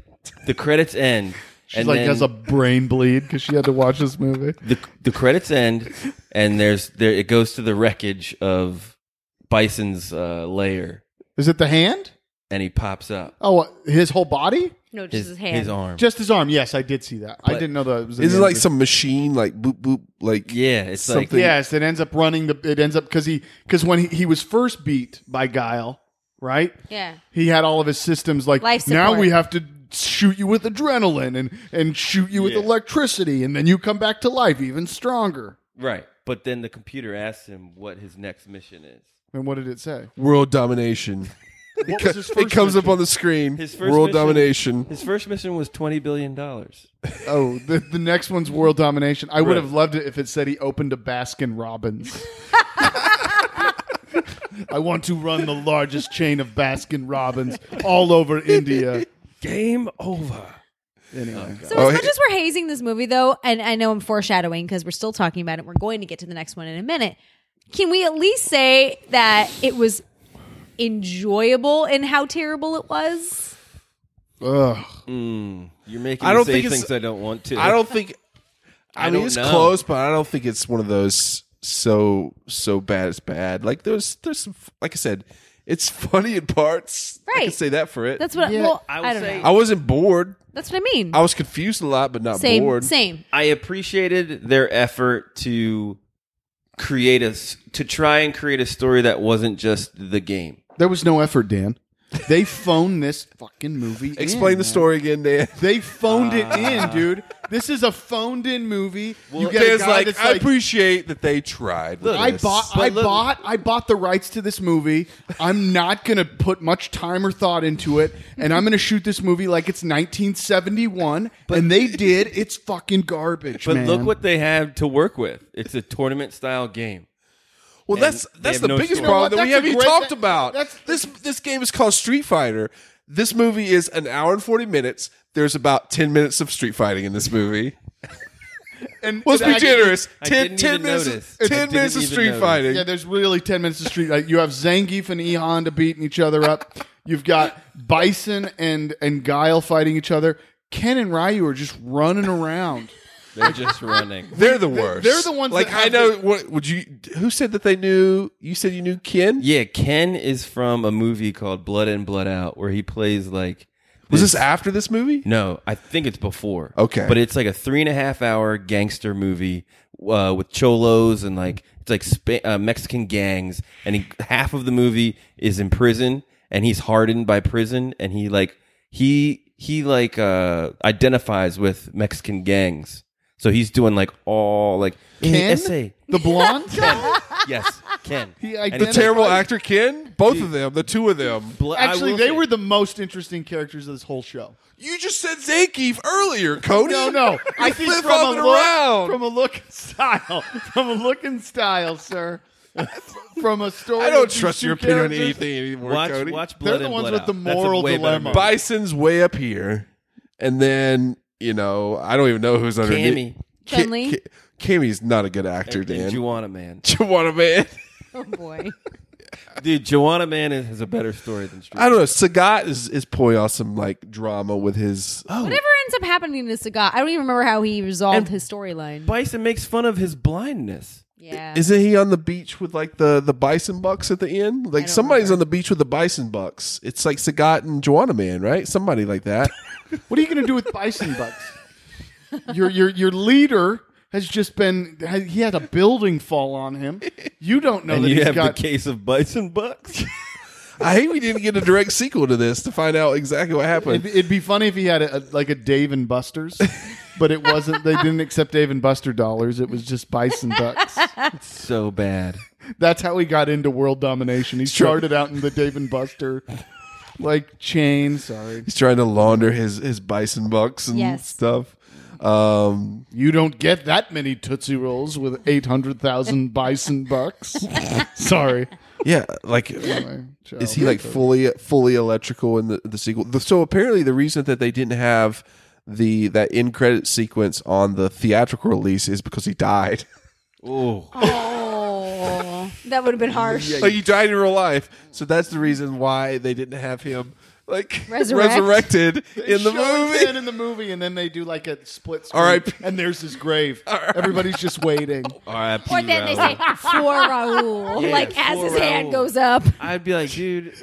the credits end,
She's
and
like
then
has a brain bleed because she had to watch this movie.
the the credits end, and there's there it goes to the wreckage of Bison's uh, lair,
Is it the hand?
and he pops up
Oh, what, his whole body,
No, just his, hand.
his arm.
just his arm. Yes, I did see that. I
But-
didn't know that. It was in
Is
the
it like
end.
some machine, like boop boop, like
yeah, it's like
something-
Yes, it ends up running the. It ends up because he because when he, he was first beat by Guile, right?
Yeah.
He had all of his systems like
Life
now
support.
we have to shoot you with adrenaline and and shoot you with electricity and then you come back to life even stronger.
Right. But then the computer asks him what his next mission is.
And what did it say?
world domination?
What was his first
[LAUGHS] it comes up
mission?
on the screen.
His first
world
mission-
domination.
His first mission was $20 billion. That
Oh, the, the next one's world domination. I would
Right.
have loved it if it said he opened a Baskin
[LAUGHS]
Robbins. I want to run the largest chain of Baskin Robbins all over India.
Game over.
Anyway.
So
Oh,
as
he-
much as we're hazing this movie, though, and I know I'm foreshadowing because we're still talking about it. We're going to get to the next one in a minute. Can we at least say that it was enjoyable and how terrible it was?
Ugh.
You're making
I
me
don't
say
think it's-
things I don't want to.
I don't think. I,
I
mean,
don't
it's
know.
close, but I don't think it's one of those so so bad it's bad. Like there's there's some, like I said, it's [LAUGHS] funny in parts. I can
Right.
say that for it.
That's what.
Yeah,
well,
I
I,
would
don't
say-
know.
I wasn't bored.
That's what I mean.
I was confused a lot, but not
same,
bored.
same.
I appreciated their effort to create a s- to try and create a story that wasn't just the game.
There was no effort, Dan. They phoned this fucking movie. in,
Explain the
man.
story again, Dan.
They phoned it in, dude. This is a phoned in movie. you get a
Dan's
guy
like,
that's
I
like,
appreciate that they tried. with
I
this."
bought,
But
I
look-
bought, I bought the rights to this movie. I'm not gonna put much time or thought into it, and I'm gonna shoot this movie like it's 1971.
[LAUGHS]
and they did. It's fucking garbage.
But
man.
look what they have to work with. It's a tournament style game.
Well,
And
that's
they
that's
have
the
no
biggest
story.
problem
You know
that
what?
we haven't even
That's a great-
talked
that-
about.
that's-
this this game is called Street Fighter. This movie is an hour and forty minutes. There's about ten minutes of street fighting in this [LAUGHS] movie.
And
Let's
and
be
I-
generous.
I
Ten,
didn't
10
even
minutes.
notice. I
Ten
didn't
minutes of
even
street
notice.
fighting.
Yeah, there's really 10 minutes of street. Like, you have Zangief and E Honda beating each other up. You've got Bison and and Guile fighting each other. Ken and Ryu are just running around.
They're just running.
they're the worst.
they're the ones
Like
that have
I know.
the-
what would you? Who said that they knew? You said you knew Ken.
Yeah, Ken is from a movie called Blood In Blood Out where he plays like
Was this after this movie?
No, I think it's before.
Okay.
but it's like a three and a half hour gangster movie uh, with cholos and like it's like Spa- uh, Mexican gangs, and he, half of the movie is in prison, and he's hardened by prison and he like he he like uh identifies with Mexican gangs. So he's doing like all like in the
Ken?
essay. [LAUGHS]
The blonde?
Ken. yes, Ken.
[LAUGHS] He
And
identifies-
it's
Terrible actor Ken, both of them, the two of them.
bl- I
Actually,
will
they
say-
were the most interesting characters of this whole show.
You just said Zangief earlier, Cody. [LAUGHS]
No, [LAUGHS] no. I think
flip
from a
up and
look,
around.
from a look and style, from a look and style, sir. From a story.
I don't
with these
trust
two
your opinion on
characters.
anything anymore,
watch
Cody.
watch
They're
blood
the
In,
ones
Blood
with
Out.
the
That's a
moral
way better
dilemma.
movie.
Bison's way up here, and then you know I don't even know who's underneath.
Cammy
Ki-
Chun-Li.
Ki- Cammy's not a good actor,
and,
Dan.
and Juana Man.
[LAUGHS] Juana man.
Oh boy.
Dude, Joanna Man is, has a better story than Street.
I don't know. Sagat is is pulling off some like drama with his.
[LAUGHS]
Oh.
Whatever ends up happening to Sagat, I don't even remember how he resolved his storyline.
Bison makes fun of his blindness.
yeah.
Isn't he on the beach with like the the bison bucks at the end? Like
don't
somebody's
remember.
on the beach with the bison bucks. It's like Sagat and Juana Man, right? Somebody
[LAUGHS]
like that.
What are you going to do with Bison Bucks? Your your your leader has just been. He had a building fall on him. You don't know
And
that
you
he's
have
got.
the case of Bison
[LAUGHS]
Bucks.
I hate we didn't get a direct sequel to this to find out exactly what
It'd,
happened.
be- it'd be funny if he had a, a- like a Dave and Buster's, but it wasn't. They didn't accept Dave and Buster dollars. It was just Bison Bucks.
so bad.
That's how he got into world domination. He started out in the Dave and Buster like chain. Sorry,
He's trying to launder his his bison bucks and
Yes.
stuff. Um,
you don't get that many Tootsie Rolls with eight hundred thousand
[LAUGHS]
Bison Bucks. Sorry.
yeah, like
Anyway, ciao.
is he like fully fully electrical in the, the sequel? The- So apparently the reason that they didn't have the that end credit sequence on the theatrical release is because he died. [LAUGHS]
Oh,
oh, that would have been harsh.
like he died in real life. So that's the reason why they didn't have him like
Resurrect?
resurrected in the
Show his head
movie.
in the movie, and then they do like a split. Screen,
All right.
and there's
[LAUGHS]
his grave. Everybody's just waiting.
R.I.P.
Or then they say
Raoul.
for Raul,
Yeah,
like as
for
his hand
Raul.
goes up.
I'd be like, dude,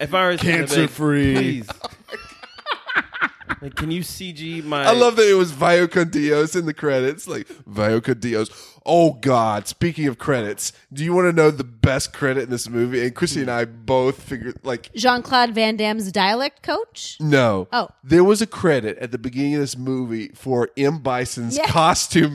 if I was
Cancer
like,
free.
please. [LAUGHS] like, can you CG my?
I love that it was Vioca Dios in the credits. Like Vioca Dios. Oh God! Speaking of credits, do you want to know the best credit in this movie? And Chrissy and I both figured like
Jean Claude Van Damme's dialect
Mm-hmm.
coach.
no.
Oh.
there was a credit at the beginning of this movie for M Bison's
Yeah.
costume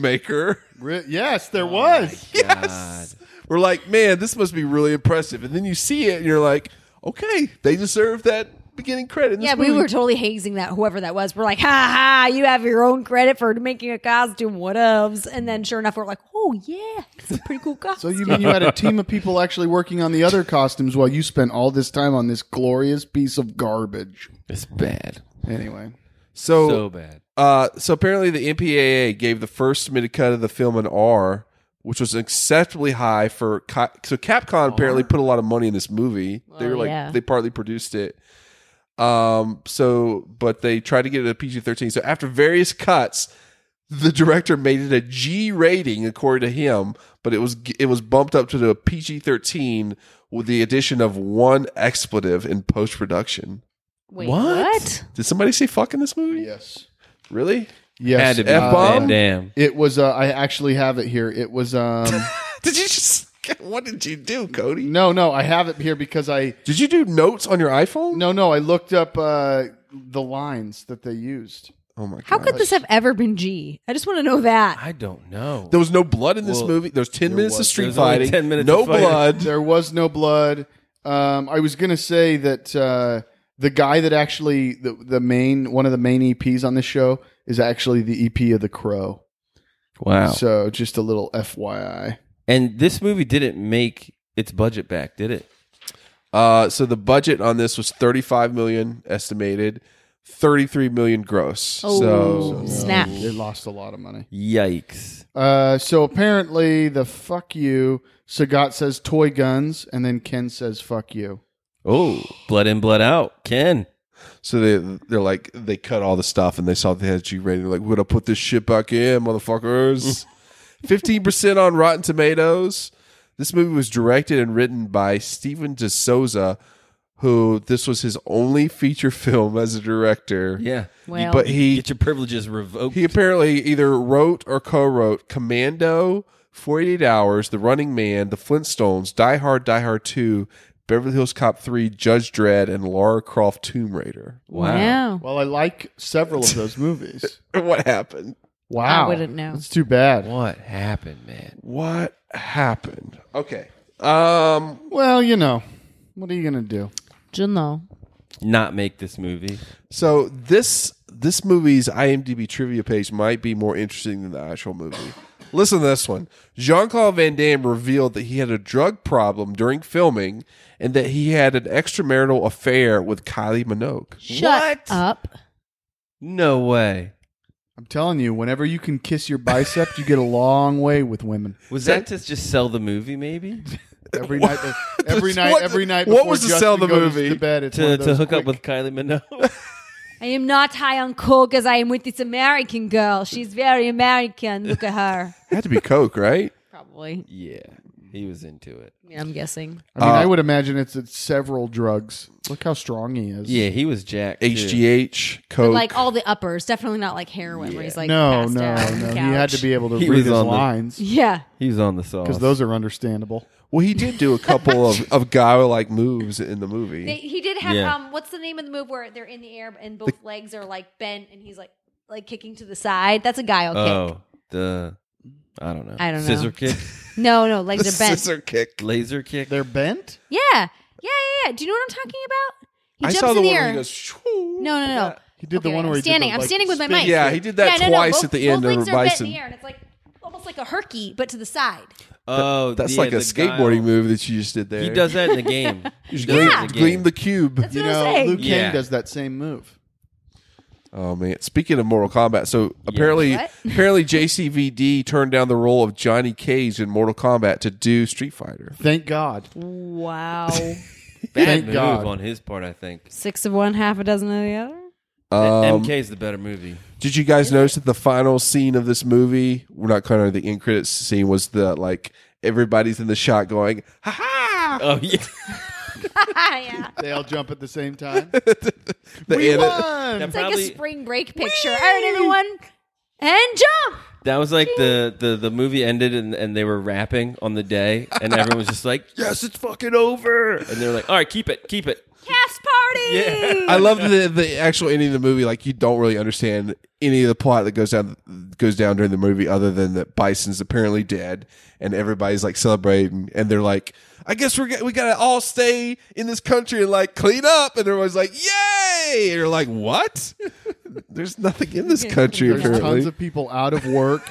[LAUGHS]
maker.
Re- yes, there was.
Yes. We're like, man, this must be really impressive. And then you see it and you're like, okay, they deserve that beginning credit. in this
Yeah, we
movie.
were totally hazing that whoever that was. We're like, ha ha, you have your own credit for making a costume. What ofs? And then sure enough, we're like, oh yeah, it's a pretty cool
So
costume.
you mean you had a team of people actually working on the other costumes while you spent all this time on this glorious piece of garbage?
It's bad,
Anyway,
so,
so bad.
Uh, so apparently the MPAA gave the first submitted cut of the film an R, which was acceptably high for Co- so Capcom apparently put a lot of money in this movie. they were like
yeah.
they partly produced it. Um, so but they tried to get it a PG thirteen. So after various cuts, the director made it a G rating according to him, but it was it was bumped up to the PG thirteen with the addition of one expletive in post production.
Wait,
What?
Did somebody say fuck in this movie?
yes,
Really?
yes.
be
Van
F-bomb?
Damme.
It was. Uh, I actually have it here. It was. Um,
Did you just? What did you do, Cody?
no, no. I have it here because I.
Did you do notes on your iPhone?
No, no. I looked up uh, the lines that they used.
Oh my god!
How could this have ever been G? I just want to know that.
I don't know.
There was no blood in this
Well,
movie. There's ten minutes of
was.
street
There's only
fighting.
10 minutes
no
of fighting.
blood.
There was no blood. Um, I was gonna say that uh, the guy that actually the the main one of the main EPs on this show is actually the EP of the Crow.
wow.
So just a little FYI.
and this movie didn't make its budget back, did it?
Uh, so the budget on this was 35 million estimated, 33 million gross.
Oh,
So
snap.
They lost a lot of money.
Yikes!
Uh, so apparently the fuck you. Sagat says toy guns, and then Ken says fuck you.
Oh, blood in, blood out. Ken.
so they they're like they cut all the stuff and they saw they had G rated. They're like, we're gonna put this shit back in, motherfuckers. Fifteen percent on Rotten Tomatoes. This movie was directed and written by Steven DeSouza, who this was his only feature film as a director.
Yeah.
Well,
but he
Get your privileges revoked.
he apparently either wrote or co-wrote Commando, 48 Hours, The Running Man, The Flintstones, Die Hard, Die Hard 2, Beverly Hills Cop 3, Judge Dredd, and Lara Croft Tomb Raider.
Wow.
Well, I like several of
[LAUGHS]
those movies.
[LAUGHS] What happened?
Wow.
wouldn't know.
It's too bad.
What happened, man?
What happened? Okay. Um,
Well, you know, what are you going to do?
Junlo.
Not make this movie.
So this this movie's IMDb trivia page might be more interesting than the actual movie. Listen to this one. Jean Claude Van Damme revealed that he had a drug problem during filming and that he had an extramarital affair with Kylie Minogue.
Shut
What?
up.
No way.
I'm telling you, whenever you can kiss your bicep, you get a long way with women.
Was that to just sell the movie, [LAUGHS] maybe?
Every night, uh, [LAUGHS] every night,
What-
every night.
what
before
was the
Justin
sell the
goes
movie?
To bed, it's one
to
of
to
those
hook up
quick-
with Kylie [LAUGHS] Minogue?
I am not high on coke as I am with this American girl. She's very American. Look at her.
Had to be Coke, right?
[LAUGHS] Probably.
yeah, he was into it.
I mean, I'm guessing.
I
uh,
mean, I would imagine it's, it's several drugs. Look how strong he
[LAUGHS]
is.
Yeah, he was Jack.
HGH, Coke.
Like all the uppers. Definitely not like heroin where he's like,
no,
passed
no,
out on
no.
the
He had to
couch.
be able to
He
read
was
his
on the-
[LAUGHS]
lines
Yeah.
He was on the sauce.
because those are understandable.
well, he did do a couple of, of guy like moves in the movie.
They, he did have
Yeah.
um. What's the name of the move where they're in the air and both legs are like bent and he's like like kicking to the side? That's a guile kick.
oh the I don't know.
I don't know.
Scissor [LAUGHS] kick,
No, no, legs
[LAUGHS]
are bent.
Scissor kick.
laser kick.
They're bent.
Yeah, yeah, yeah, yeah. Do you know what I'm talking about? He
I
jumps
saw
in
the
the
one
air.
where he goes. "Shoo."
no, no, no.
He did the one
I'm
where he did the,
standing. I'm
like,
standing with my
spin
mic.
Yeah, he did that
Yeah, no, no,
twice
both-
at the end
Both
of
legs are bent in
Bison.
the air, and it's like almost like a herky, but to the side.
oh,
That's
yeah,
like
the
a skateboarding
guile.
move that you just did there.
He does that in the [LAUGHS] game.
You just
He does
gleam,
that in the
gleam
game.
the cube.
That's
You
what I'm
know,
saying.
Luke
Yeah.
Kane does that same move.
Oh man! Speaking of Mortal Kombat, so apparently,
What? [LAUGHS]
apparently JCVD turned down the role of Johnny Cage in Mortal Kombat to do Street Fighter.
Thank God.
[LAUGHS] Wow.
Bad
Thank
move
God.
on his part, I think.
Six of one, half a dozen of the other.
Um,
MK is the better movie.
Did you guys notice that the final scene of this movie, we're not kind of the end credits scene, was the like everybody's in the shot going, "Ha ha!"
[LAUGHS] Oh yeah,
[LAUGHS] yeah.
They all jump at the
[LAUGHS]
same time.
The
we
edit- [LAUGHS]
won.
that
It's like a
probably
spring break picture. All right, everyone, and jump.
that was like the the the movie ended and, and they were rapping on the day and everyone was just like, yes, it's fucking over, and they're like, all right, keep it, keep it.
Cast party. [LAUGHS]
I love the the actual ending of the movie. Like you don't really understand any of the plot that goes down goes down during the movie, other than that Bison's apparently dead, and everybody's like celebrating, and they're like, "I guess we're ga- we gotta all stay in this country and like clean up," and everyone's like, "Yay!" And you're like, "What?" There's nothing in this country
There's
apparently.
tons of people out of
[LAUGHS]
work.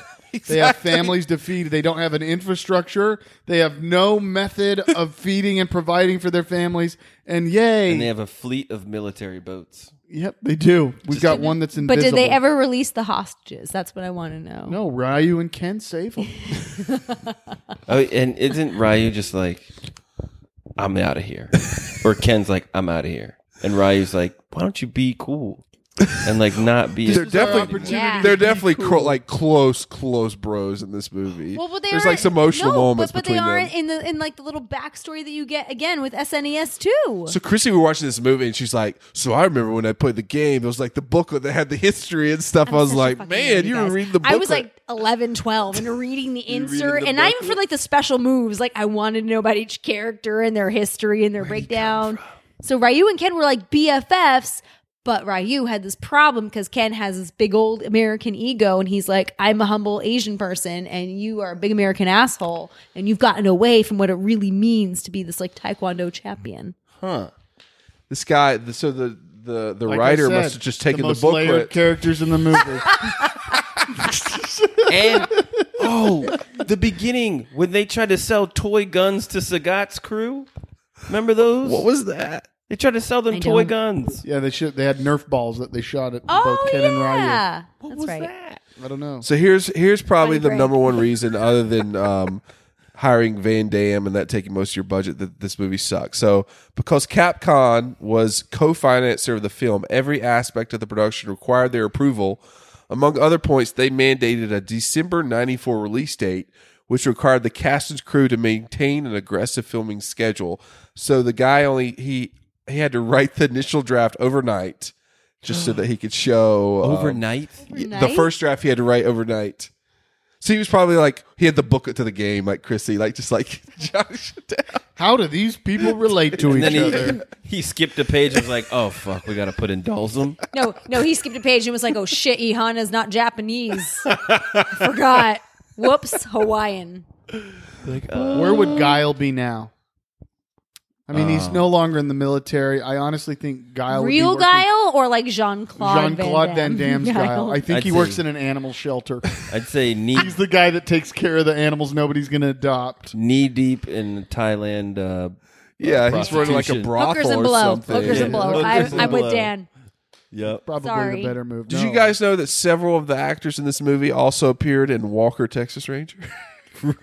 They have families to feed. They don't have an infrastructure. They have no method of feeding and providing for their families. And yay,
And they have a fleet of military boats.
yep, they do. We've got one that's
But
invisible.
did they ever release the hostages? That's what I want to know.
No, Ryu and Ken save them.
Oh, and isn't Ryu just like, I'm out of here? or Ken's like, I'm out of here. And Ryu's like, why don't you be cool? And like not be.
they're definitely
opportunity
Yeah.
they're definitely cro- like close close bros in this movie.
Well, but they
There's
aren't-
like some emotional
no,
moments
but, but
between
they aren't
them.
in the in like the little backstory that you get again with SNES too.
So Chrissy, we were watching this movie, and she's like, "So I remember when I played the game. It was like the booklet that had the history and stuff. i
I'm
was
such a
like,
fucking
man,
nerd,
you were
guys.
reading the booklet.
I was like 11, 12 and
[LAUGHS]
reading the insert
the
and not even for like the special moves. Like I wanted to know about each character and their history and their breakdown. So Ryu and Ken were like BFFs, but Ryu had this problem because Ken has this big old American ego and he's like, I'm a humble Asian person and you are a big American asshole and you've gotten away from what it really means to be this like Taekwondo champion.
this guy. The, so the the the
Like I
writer
said,
must have just taken the,
most layered
booklet.
characters in
[LAUGHS]
the movie.
and oh, the beginning when they tried to sell toy guns to Sagat's crew. Remember those?
what was that?
they tried to sell them
I
toy
don't-
guns.
yeah, they should. They had Nerf balls that they shot at
Oh
both Ken and
yeah, that's
What's
right.
that?
Ryu. I don't know.
So here's here's probably
Funny
the
break.
number one reason, other than um, [LAUGHS] hiring Van Damme and that taking most of your budget, that this movie sucks. So because Capcom was co-financer of the film, every aspect of the production required their approval. Among other points, they mandated a December '94 release date, which required the cast and crew to maintain an aggressive filming schedule. So the guy only he he had to write the initial draft overnight. Just so that he could show um,
Overnight?
yeah, the
Overnight?
first draft he had to write overnight. [LAUGHS] So he was probably like he had the booklet to the game, like Chrissy, like just like Josh down.
How do these people relate to
And
each
then
[LAUGHS]
other?
[LAUGHS] he, he skipped a page and was like, oh, fuck, we got to put in Dulzum.
No, no, he skipped a page and was like, "Oh shit, Ihana's not Japanese. I forgot. Whoops, Hawaiian."
Where
Uh,
would Guile be now? I mean,
Uh,
he's no longer in the military. I honestly think Guile.
Real
would be working-
Guile or like Jean Claude?
Jean Claude
[LAUGHS]
Van Damme's Guile. I think
I'd
he
say-
works in an animal shelter.
I'd say knee,
he's the guy that takes care of the animals nobody's going to adopt.
knee deep in Thailand. Uh,
Yeah, he's running like a
Prostitution.
brothel
Hookers and
or
blow.
something.
Hookers and blow.
Hookers
I,
and
I'm
blow.
with Dan.
yep.
Probably
Sorry.
a better move.
Did
No.
you guys know that several of the actors in this movie also appeared in Walker, Texas Ranger? [LAUGHS]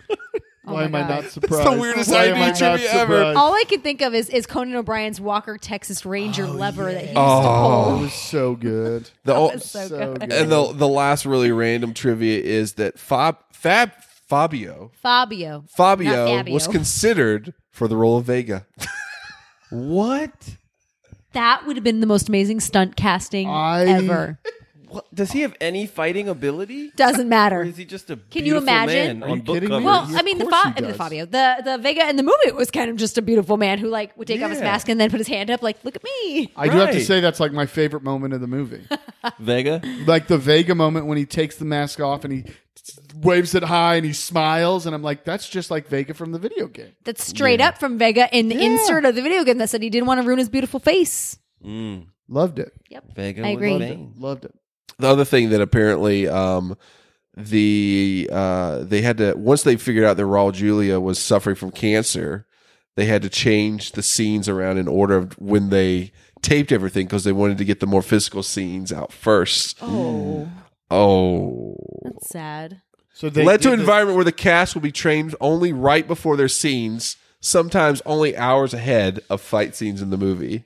Oh
Why
my
am I
God.
not surprised?
weirdest
Why am
idea
I
trivia
not
ever.
surprised?
All I could think of is is Conan O'Brien's Walker Texas Ranger lever that he used
Oh, it
to
was so good.
The
pull. [LAUGHS]
o-
That was [LAUGHS] so,
so
good.
good.
and the the last really random trivia is that Fab Fab Fabio
Fabio.
Fabio,
Not Fabio.
was considered for the role of Vega.
What?
That would have been the most amazing stunt casting
I-
ever.
what? Does he have any fighting ability?
Doesn't
Or
matter.
is he just a
Can you
beautiful
imagine?
man
you
on book
kidding me?
covers?
Well,
Yeah,
I
of
mean, the,
course
fa-
he
the
does.
Fabio, the the Vega in the movie was kind of just a beautiful man who like would take off his
Yeah.
mask and then put his hand up, like, look at me.
I do have to
Right.
say that's like my favorite moment of the movie.
Vega?
like the Vega moment when he takes the mask off and he waves it high and he smiles and I'm like that's just like Vega from the video game.
That's straight up from Vega in the insert of the video game that said he didn't want to ruin his beautiful face.
Loved it.
Vega
I
with
agree.
veins.
Loved it.
the other thing that apparently um, the uh, they had to once they figured out that Raul Julia was suffering from cancer, they had to change the scenes around in order of when they taped everything because they wanted to get the more physical scenes out first.
Oh,
Oh.
that's sad.
So they
Led to
did
an
the-
environment where the cast will be trained only right before their scenes, sometimes only hours ahead of fight scenes in the movie.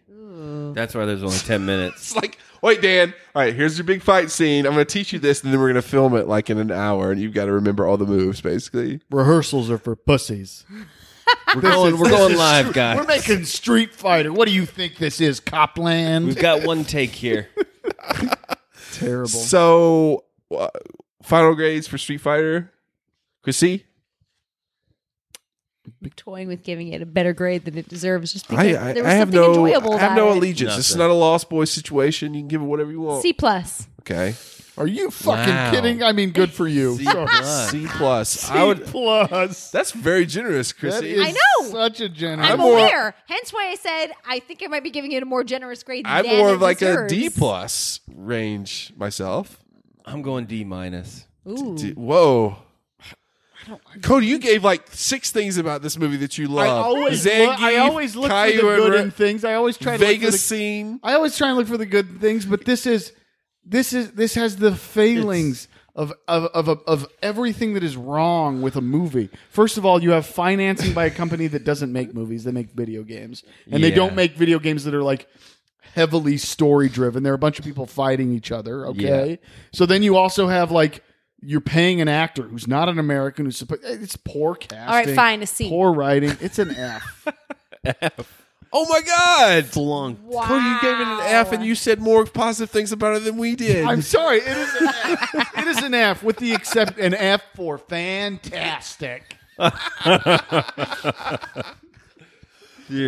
That's why there's only 10
[LAUGHS]
minutes.
It's like, wait, Dan, all right, here's your big fight scene. I'm going to teach you this, and then we're going to film it like in an hour, and you've got to remember all the moves, basically.
rehearsals are for pussies.
We're going, we're going live, guys.
We're making Street Fighter. What do you think this is,
We've
Copland?
got one take here.
Terrible.
So, uh, final grades for Street Fighter. Chrissy?
Toying with giving it a better grade than it deserves, just because
I, I,
there was
I have
something
no,
enjoyable.
I have
about
no
it.
allegiance. This is
Nothing.
not a Lost Boy situation. You can give it whatever you want.
C plus.
okay.
Are you fucking
Wow.
kidding? I mean, good for you.
Uh,
plus.
C plus. I would.
plus.
That's very generous,
That
Chrissy.
is
I know.
Such a generous.
I'm,
I'm more-
aware. Hence why I said I think I might be giving it a more generous grade. Than
I'm
Dan
more
it
of like
deserves.
a D plus range myself.
I'm going D minus.
Ooh.
D- whoa. Cody, you gave like six things about this movie that you love.
I always,
Zangief,
I always look
Caillou
for the good
and Re-
in things. I always try to look for
Vegas
the
scene.
I always try and look for the good things, but this is this is this has the failings of of, of of of everything that is wrong with a movie. First of all, you have financing by a company that doesn't make movies; they make video games, and they
Yeah.
don't make video games that are like heavily story driven. There are a bunch of people fighting each other. Okay, so then you also have like. You're paying an actor who's not an American who's supposed. It's poor casting.
fine, a C.
Poor writing. It's an F.
Oh my God.
Flunk.
Wow.
Cody, you gave it an F and you said more positive things about it than we did.
I'm sorry. It is an F. it is an F with the except an F for fantastic.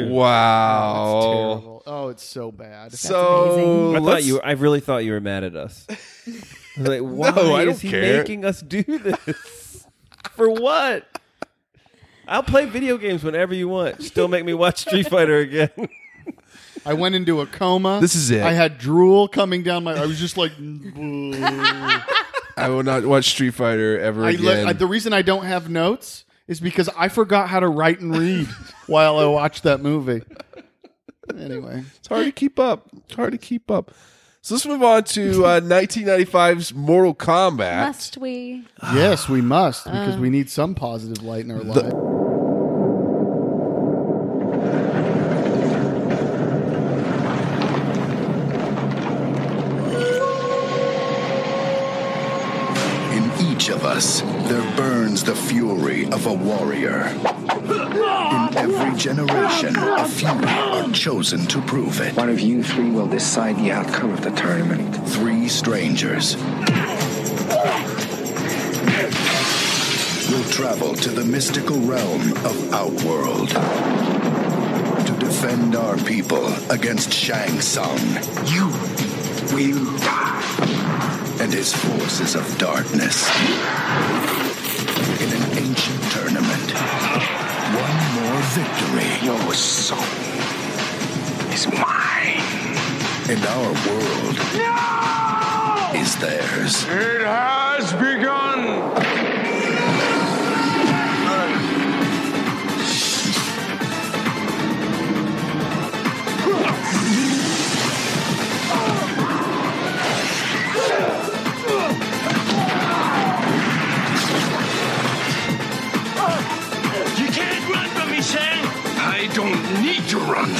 wow.
Terrible. Oh, it's so bad.
so
I thought
let's-
you. Were, I really thought you were mad at
[LAUGHS]
us. I was like, why
I
is
don't
he
care.
making us do this [LAUGHS] for what? I'll play video games whenever you want. Still make me watch Street Fighter
[LAUGHS]
again.
I went into a coma.
This is it.
I had drool coming down my. I was
[LAUGHS]
just like. "Bleh."
I will not watch Street Fighter ever
I
again.
le- I- the reason I don't have notes is because I forgot how to write and read [LAUGHS] while I watched that movie.
[SIGHS]
Anyway,
It's hard to keep up. It's hard to keep up. So let's move on
[LAUGHS]
to uh, 1995's Mortal Kombat.
Must we?
yes, we must
Uh.
because we need some positive light in our life.
In each of us, there burns the fury of a warrior. In every generation, a few are chosen to prove it.
One of you three will decide the outcome of the tournament.
Three strangers will travel to the mystical realm of Outworld. defend our people against Shang Tsung
You will die.
and his forces of darkness. In an ancient tournament, one more victory,
Your soul is mine.
and our world is theirs.
It has begun.
You can't run from me, Shang!
I don't need to run.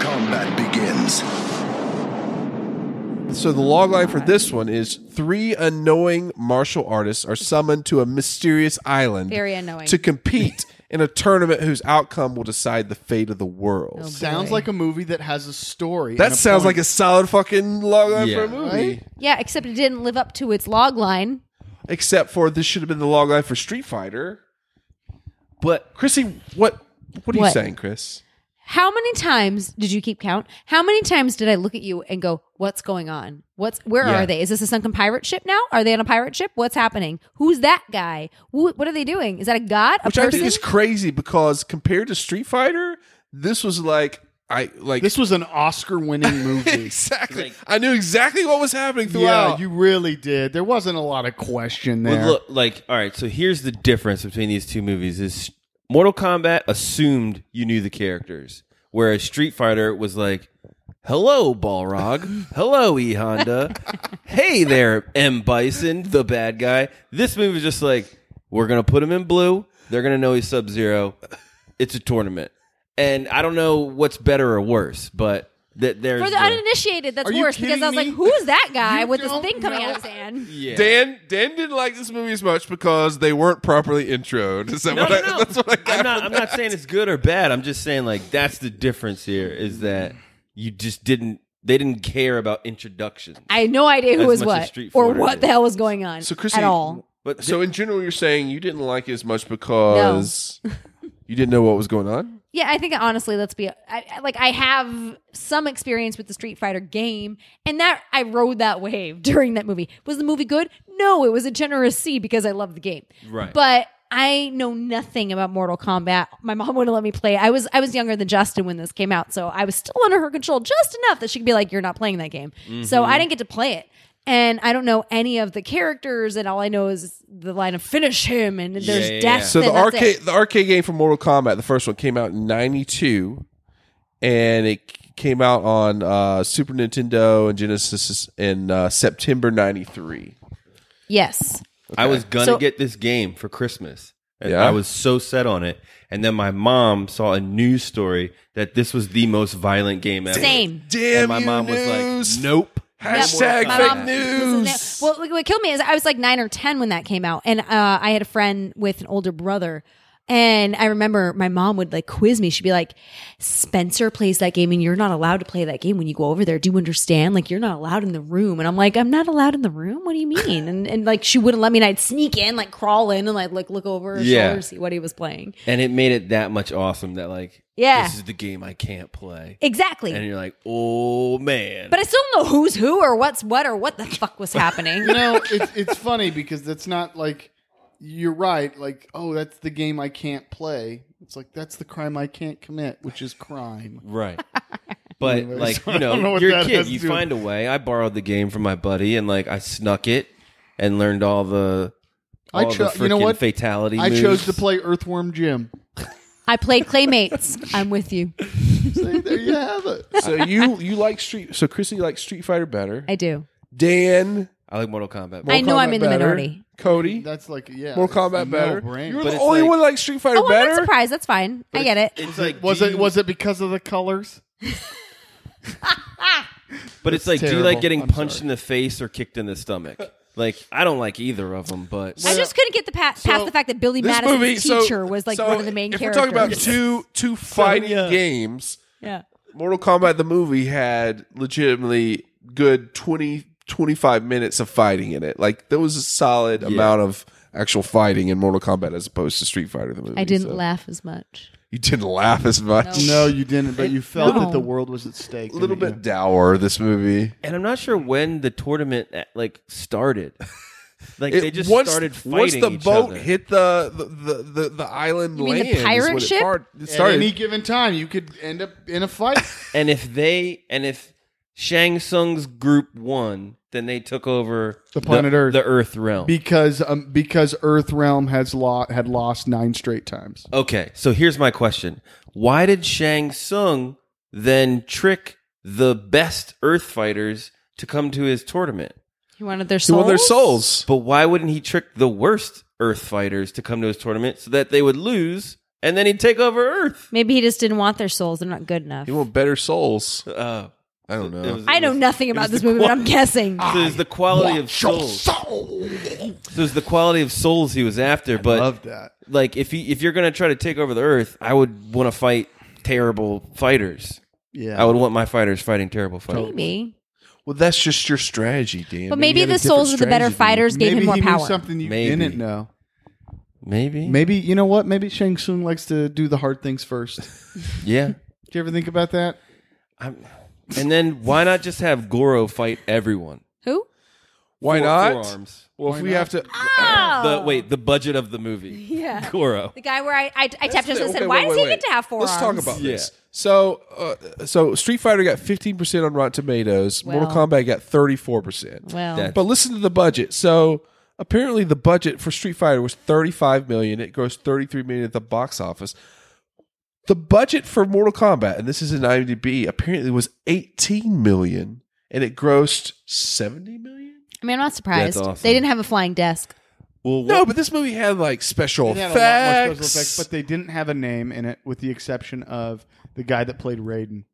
Combat begins.
So the log line for this one is three annoying martial artists are summoned to a mysterious island.
Very annoying.
To compete in a tournament whose outcome will decide the fate of the world.
Oh,
Sounds
boy.
like a movie that has a story.
that
and a
sounds
point.
like a solid fucking log line for
Yeah.
a movie.
Right?
yeah, except it didn't live up to its log line.
Except for this should have been the log line for Street Fighter. But Chrissy, what what are you
What?
saying, Chris?
How many times did you keep count? How many times did I look at you and go, "What's going on? What's where
Yeah.
are they? Is this a sunken pirate ship now? Are they on a pirate ship? What's happening? Who's that guy? Who, what are they doing? Is that a god? A
Which I
person?
think is crazy because compared to Street Fighter, this was like I like
This was an Oscar-winning movie.
[LAUGHS] exactly.
Like-
I knew exactly what was happening
yeah,
throughout.
you really did. There wasn't a lot of question there.
Well, look, like, all right. So here's the difference between these two movies: is Mortal Kombat assumed you knew the characters, whereas Street Fighter was like, "Hello, Balrog. Hello, E Honda. hey there, M Bison, the bad guy." This movie was just like, "We're gonna put him in blue. They're gonna know he's Sub Zero. It's a tournament." And I don't know what's better or worse, but that there's
for the
the-
uninitiated, that's
Are you
worse because I was
kidding
like,
me?
"Who's that guy
You
with this
don't
thing coming out of his
know.
hand?"
yeah.
Dan Dan didn't like this movie as much because they weren't properly introed. Is that what I, that's what I got?
am not, I'm not saying it's good or bad. I'm just saying like that's the difference here is that you just didn't they didn't care about introductions.
I had no idea who
As
was
much as
what
Street
or
Fighter
what
did.
the hell was going on
So, Chrissy,
at all.
But
so in general, you're saying you didn't like it as much because [LAUGHS] you didn't know what was going on.
Yeah, I think honestly, let's be I, I- like I have some experience with the Street Fighter game, and that I rode that wave [LAUGHS] during that movie. Was the movie good? No, it was a generous C because I loved the game.
Right.
but. I know nothing about Mortal Kombat. My mom wouldn't let me play. I was I was younger than Justin when this came out, so I was still under her control just enough that she could be like, "You're not playing that game." So
Mm-hmm.
I didn't get to play it, and I don't know any of the characters, and all I know is the line of "finish him" and there's
yeah, yeah.
death.
So the
and that's it.
arcade the arcade game for Mortal Kombat, the first one, came out in '92, and it c- came out on uh, Super Nintendo and Genesis in uh, September '93.
yes,
I was gonna
So-
get this game for Christmas. And
Yeah?
I was so set on it. And then my mom saw a news story that this was the most violent game ever.
same.
Damn,
and my
you
mom was
news.
like, Nope.
Hashtag
My
fake
mom-
news.
um, Well, what what killed me is I was like nine or ten when that came out, and uh, I had a friend with an older brother. And I remember my mom would like quiz me. She'd be like, Spencer plays that game and you're not allowed to play that game when you go over there. Do you understand? Like, you're not allowed in the room. And I'm like, I'm not allowed in the room? What do you mean? And, and like, she wouldn't let me. And I'd sneak in, like, crawl in and like, like look over her
Yeah.
shoulder, see what he was playing.
And it made it that much awesome that like
Yeah.
this is the game I can't play.
Exactly.
And you're like, oh man.
but I still don't know who's who or what's what or what the fuck was happening.
[LAUGHS] you know, it's it's funny because that's not like you're right. Like, oh, that's the game I can't play. It's like that's the crime I can't commit, which is crime. [LAUGHS]
Right. But
Anyways,
like
[LAUGHS] I
you know,
don't know what
you're a
that
kid.
has to
You
do with-
find a way. I borrowed the game from my buddy, and like I snuck it and learned all the.
I
all
cho-
the
you know
frickin'
what?
fatality.
I
moves.
chose to play Earthworm Jim.
I played Claymates. I'm with you.
See, there you have it. [LAUGHS]
[LAUGHS]
so you you like Street? So Chrissy likes Street Fighter better.
I do.
Dan,
I like Mortal Kombat.
I know
Kombat
I'm in the
better.
minority.
Cody,
That's like yeah,
More
it's a
combat better.
no-brainer.
You're
But
the
it's
only
like-
one that likes Street Fighter
Oh, I'm
better.
not surprised. That's fine. I get it.
It's like
was
do
it
you-
was it because of the colors?
But it's like, do you
terrible.
like getting
I'm
punched
sorry.
in the face or kicked in the stomach? Like I don't like either of them, but
I just couldn't get the pa- past the fact that Billy
This
Madison's
movie, so-
teacher was like
so
one of the main
if
characters.
We're talking about two
[LAUGHS]
two fighting
yeah.
games.
yeah.
Mortal Kombat the movie had legitimately good 20 25 minutes of fighting in it. Like there was a solid amount of actual fighting in Mortal Kombat as opposed to Street Fighter the movie.
I didn't
so-
laugh as much.
You didn't laugh as much.
No, you didn't, but you felt
No.
that the world was at stake.
A little
didn't
bit dour this movie.
and I'm not sure when the tournament eh, like
[LAUGHS]
started. Like they
It-
just
once-
started fighting
Once the
each
boat
other.
hit the the the, the, the island
You mean the
land, is
pirate
when it
ship?
hard- it
you? At
started.
any given time, you could end up in a fight.
and if they and if Shang Tsung's group won, then they took over
The planet Earth.
the Earth realm.
because um, because Earth Realm has lo- had lost nine straight times.
Okay, so here's my question. Why did Shang Tsung then trick the best Earth fighters to come to his tournament?
You wanted their
He
souls.
won their souls.
But why wouldn't he trick the worst Earth fighters to come to his tournament so that they would lose and then he'd take over Earth?
Maybe he just didn't want their souls. They're not good enough.
He won better souls.
Uh,
I don't know.
I know nothing about this movie, but I'm guessing.
So it's the quality of souls. So it's the quality of souls he was after. but
Love that.
like if he if you're gonna try to take over the Earth, I would want to fight terrible fighters.
Yeah.
I would want my fighters fighting terrible fighters.
Maybe.
Well, that's just your strategy, Dan.
But
Then you
maybe
had a
the souls of
different
the better
strategy than you.
fighters gave
Maybe
him more
he
power.
knew something you
Maybe.
didn't know.
Maybe.
Maybe you know what? Maybe Shang Tsung likes to do the hard things first.
[LAUGHS] Yeah.
Did you ever think about that?
I'm, and then why not just have Goro fight everyone?
Who?
Why
Four-
not?
Forearms.
Well, if we have to,
Ah,
The wait, the budget of the movie.
Oh. Yeah.
Goro.
The guy where I, I, I tapped his
Okay,
and said,
wait,
why
wait,
does
wait,
he get to have four
Let's talk about
Yeah.
this. So, uh, so Street Fighter got 15% on Rotten Tomatoes. Mortal
Well.
Kombat got 34%.
Well,
That-
But listen to the budget. So, apparently the budget for Street Fighter was 35 million. It grossed 33 million at the box office. The budget for Mortal Kombat, and this is in IMDb, apparently was 18 million and it grossed 70 million.
I mean, I'm not surprised.
That's awesome.
They didn't have a flying desk.
Well,
No, but this movie had like special
They had a
effects.
lot more special effects, but they didn't have a name in it, with the exception of the guy that played Raiden.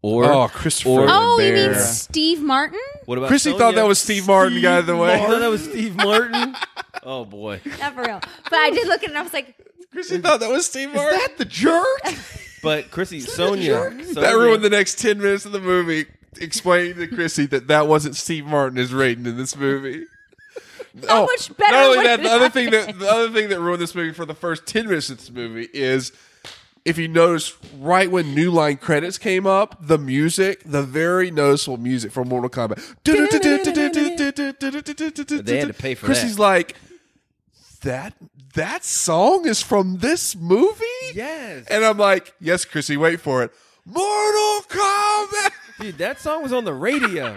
or
Oh, Christopher.
Or
Lee.
Oh, you mean
bear.
Steve Martin?
what about
Chrissy
Sonya?
thought that was Steve Martin guy of the
Oh, I
way.
thought that was Steve Martin. oh boy.
Not for real. But I did look at it and I was like,
Chrissy thought that was Steve Martin.
That the jerk.
[LAUGHS]
But Chrissy, Sonya, Sonya.
that ruined the next 10 minutes of the movie explaining to Chrissy that that wasn't Steve Martin as Raiden in this movie.
How much better
Not only
would
that,
it
the other
have
thing that the other thing that ruined this movie for the first 10 minutes of this movie is if you notice right when new line credits came up, the music, the very noticeable music from Mortal Kombat.
They had to pay for that.
Chrissy's like that that song is from this movie?
Yes.
And I'm like, yes, Chrissy, wait for it. Mortal Kombat.
Dude, that song was on the
[LAUGHS]
radio.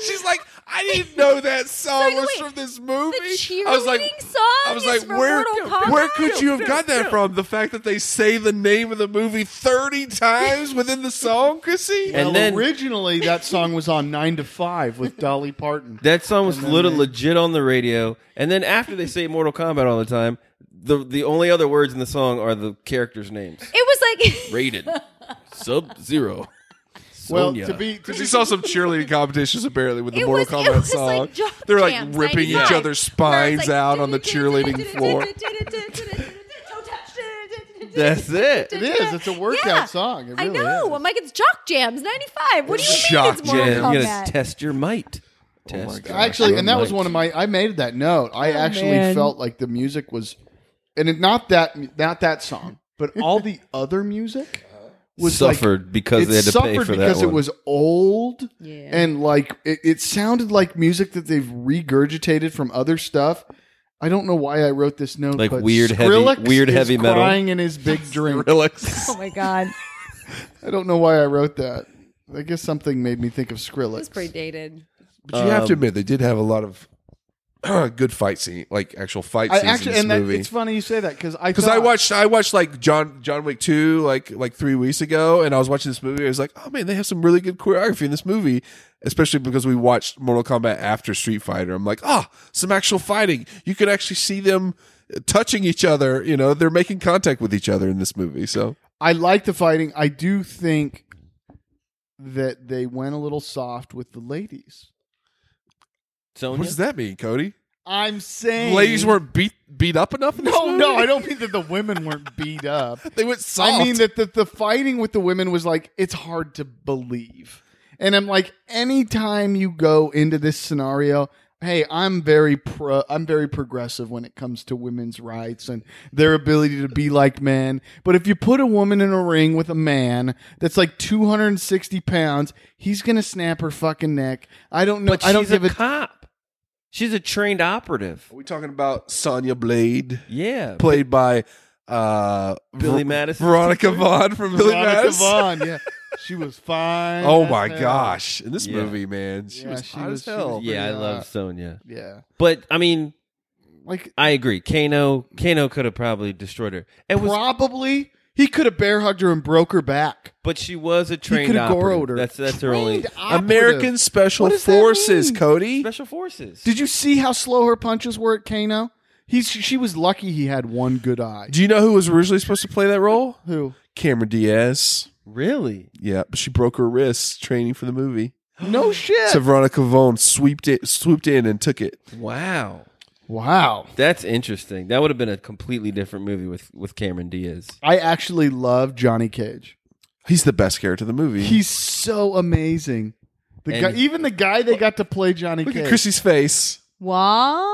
She's like, I didn't know that song
So
was
wait,
from this movie.
the
I was like,
cheerleading song
I was
is
like,
from
where,
Mortal Kombat?
where could you have got that from? The fact that they say the name of the movie 30 times within the song, Chrissy?
And
well,
then-
originally that song was on Nine to
[LAUGHS]
Five with Dolly Parton.
That song was lit- legit on the radio. And then after they say Mortal Kombat all the time, the the only other words in the song are the characters' names.
[LAUGHS] it was like,
Rated. Sub Zero.
well,
Sonya.
to be to
Because
be
you saw some cheerleading competitions apparently with the
It
Mortal
was- it
Kombat
was
song.
like Jump
They're like
Jams,
ripping each
95,
other's
where it's
spines
like, [LAUGHS]
out on the cheerleading floor.
That's it.
It is. It's a workout
Yeah.
song. It
I
really
know.
is.
I'm like, it's Jock Jams, 95. What do you mean
Jock
it's Mortal
Jam.
Yeah, you gotta
Kombat?
test your might. Test your
actually, and that was
might. [LAUGHS]
one of my. I made that note. I actually
Oh, man.
felt like the music was, and it, not that not that song,
[LAUGHS]
but all the other music was like-
suffered because
it
they had to
suffered
pay for that
because
one.
it was old
Yeah.
and like it, it sounded like music that they've regurgitated from other stuff. I don't know why I wrote this note.
Like
but
weird heavy-
Skrillex
weird
is
heavy metal.
crying in
[LAUGHS]
his big drink.
Oh my
[LAUGHS]
God.
I don't know why I wrote that. I guess something made me think of Skrillex.
It's pretty dated.
But you have
Um,
to admit, they did have a lot of [CLEARS THROAT] good fight scene, like actual fight
I
scenes
actually,
in
and
this
that,
movie.
it's funny you say that because I
Because I
thought-
watched, I watched like John John Wick two like like three weeks ago, and I was watching this movie. I was like, oh man, they have some really good choreography in this movie, especially because we watched Mortal Kombat after Street Fighter. I'm like, ah, some actual fighting. You could actually see them touching each other. You know, they're making contact with each other in this movie. So
I like the fighting. I do think that they went a little soft with the ladies.
Sonya?
What does that mean, Cody?
I'm saying
Ladies weren't beat beat up enough. In this
[LAUGHS] No,
movie?
no, I don't mean that the women weren't beat up.
They went soft.
I mean that the, the fighting with the women was like it's hard to believe. And I'm like, anytime you go into this scenario, hey, I'm very pro I'm very progressive when it comes to women's rights and their ability to be like men. But if you put a woman in a ring with a man that's like two hundred and sixty pounds, he's gonna snap her fucking neck. I don't know
But
I don't
she's
give
a
a
cop. She's a trained operative.
Are we talking about Sonya Blade,
Yeah.
played by uh,
Billy Madison.
Veronica Vaughn from Billy
[LAUGHS] Veronica
Madison?
Vaughn, yeah. She was fine.
Oh
as
my
hell.
gosh! In this
Yeah.
movie, man, she
Yeah,
was
she
hot
was-
as
she
hell.
was-
Yeah, I
Yeah.
love Sonya.
Yeah.
But I mean,
Like
I agree. Kano Kano could have probably destroyed her. It was
probably he could have bear hugged her and broke her back.
but she was a trained
could have
operative.
Goro'd her.
That's that's her only
Trained operative.
American Special
What does that
Forces,
mean?
Cody.
special forces.
Did you see how slow her punches were at Kano? He's she was lucky he had one good eye.
Do you know who was originally supposed to play that role?
Who?
Cameron Diaz.
really?
Yeah, but she broke her wrist training for the movie.
No shit.
So Veronica Vaughn swooped it, swooped in, and took it.
Wow.
wow.
That's interesting. That would have been a completely different movie with with Cameron Diaz.
I actually love Johnny Cage.
He's the best character in the movie.
He's so amazing. The
And-
guy, even the guy they got to play Johnny
Look
Cage.
at Chrissy's face.
What?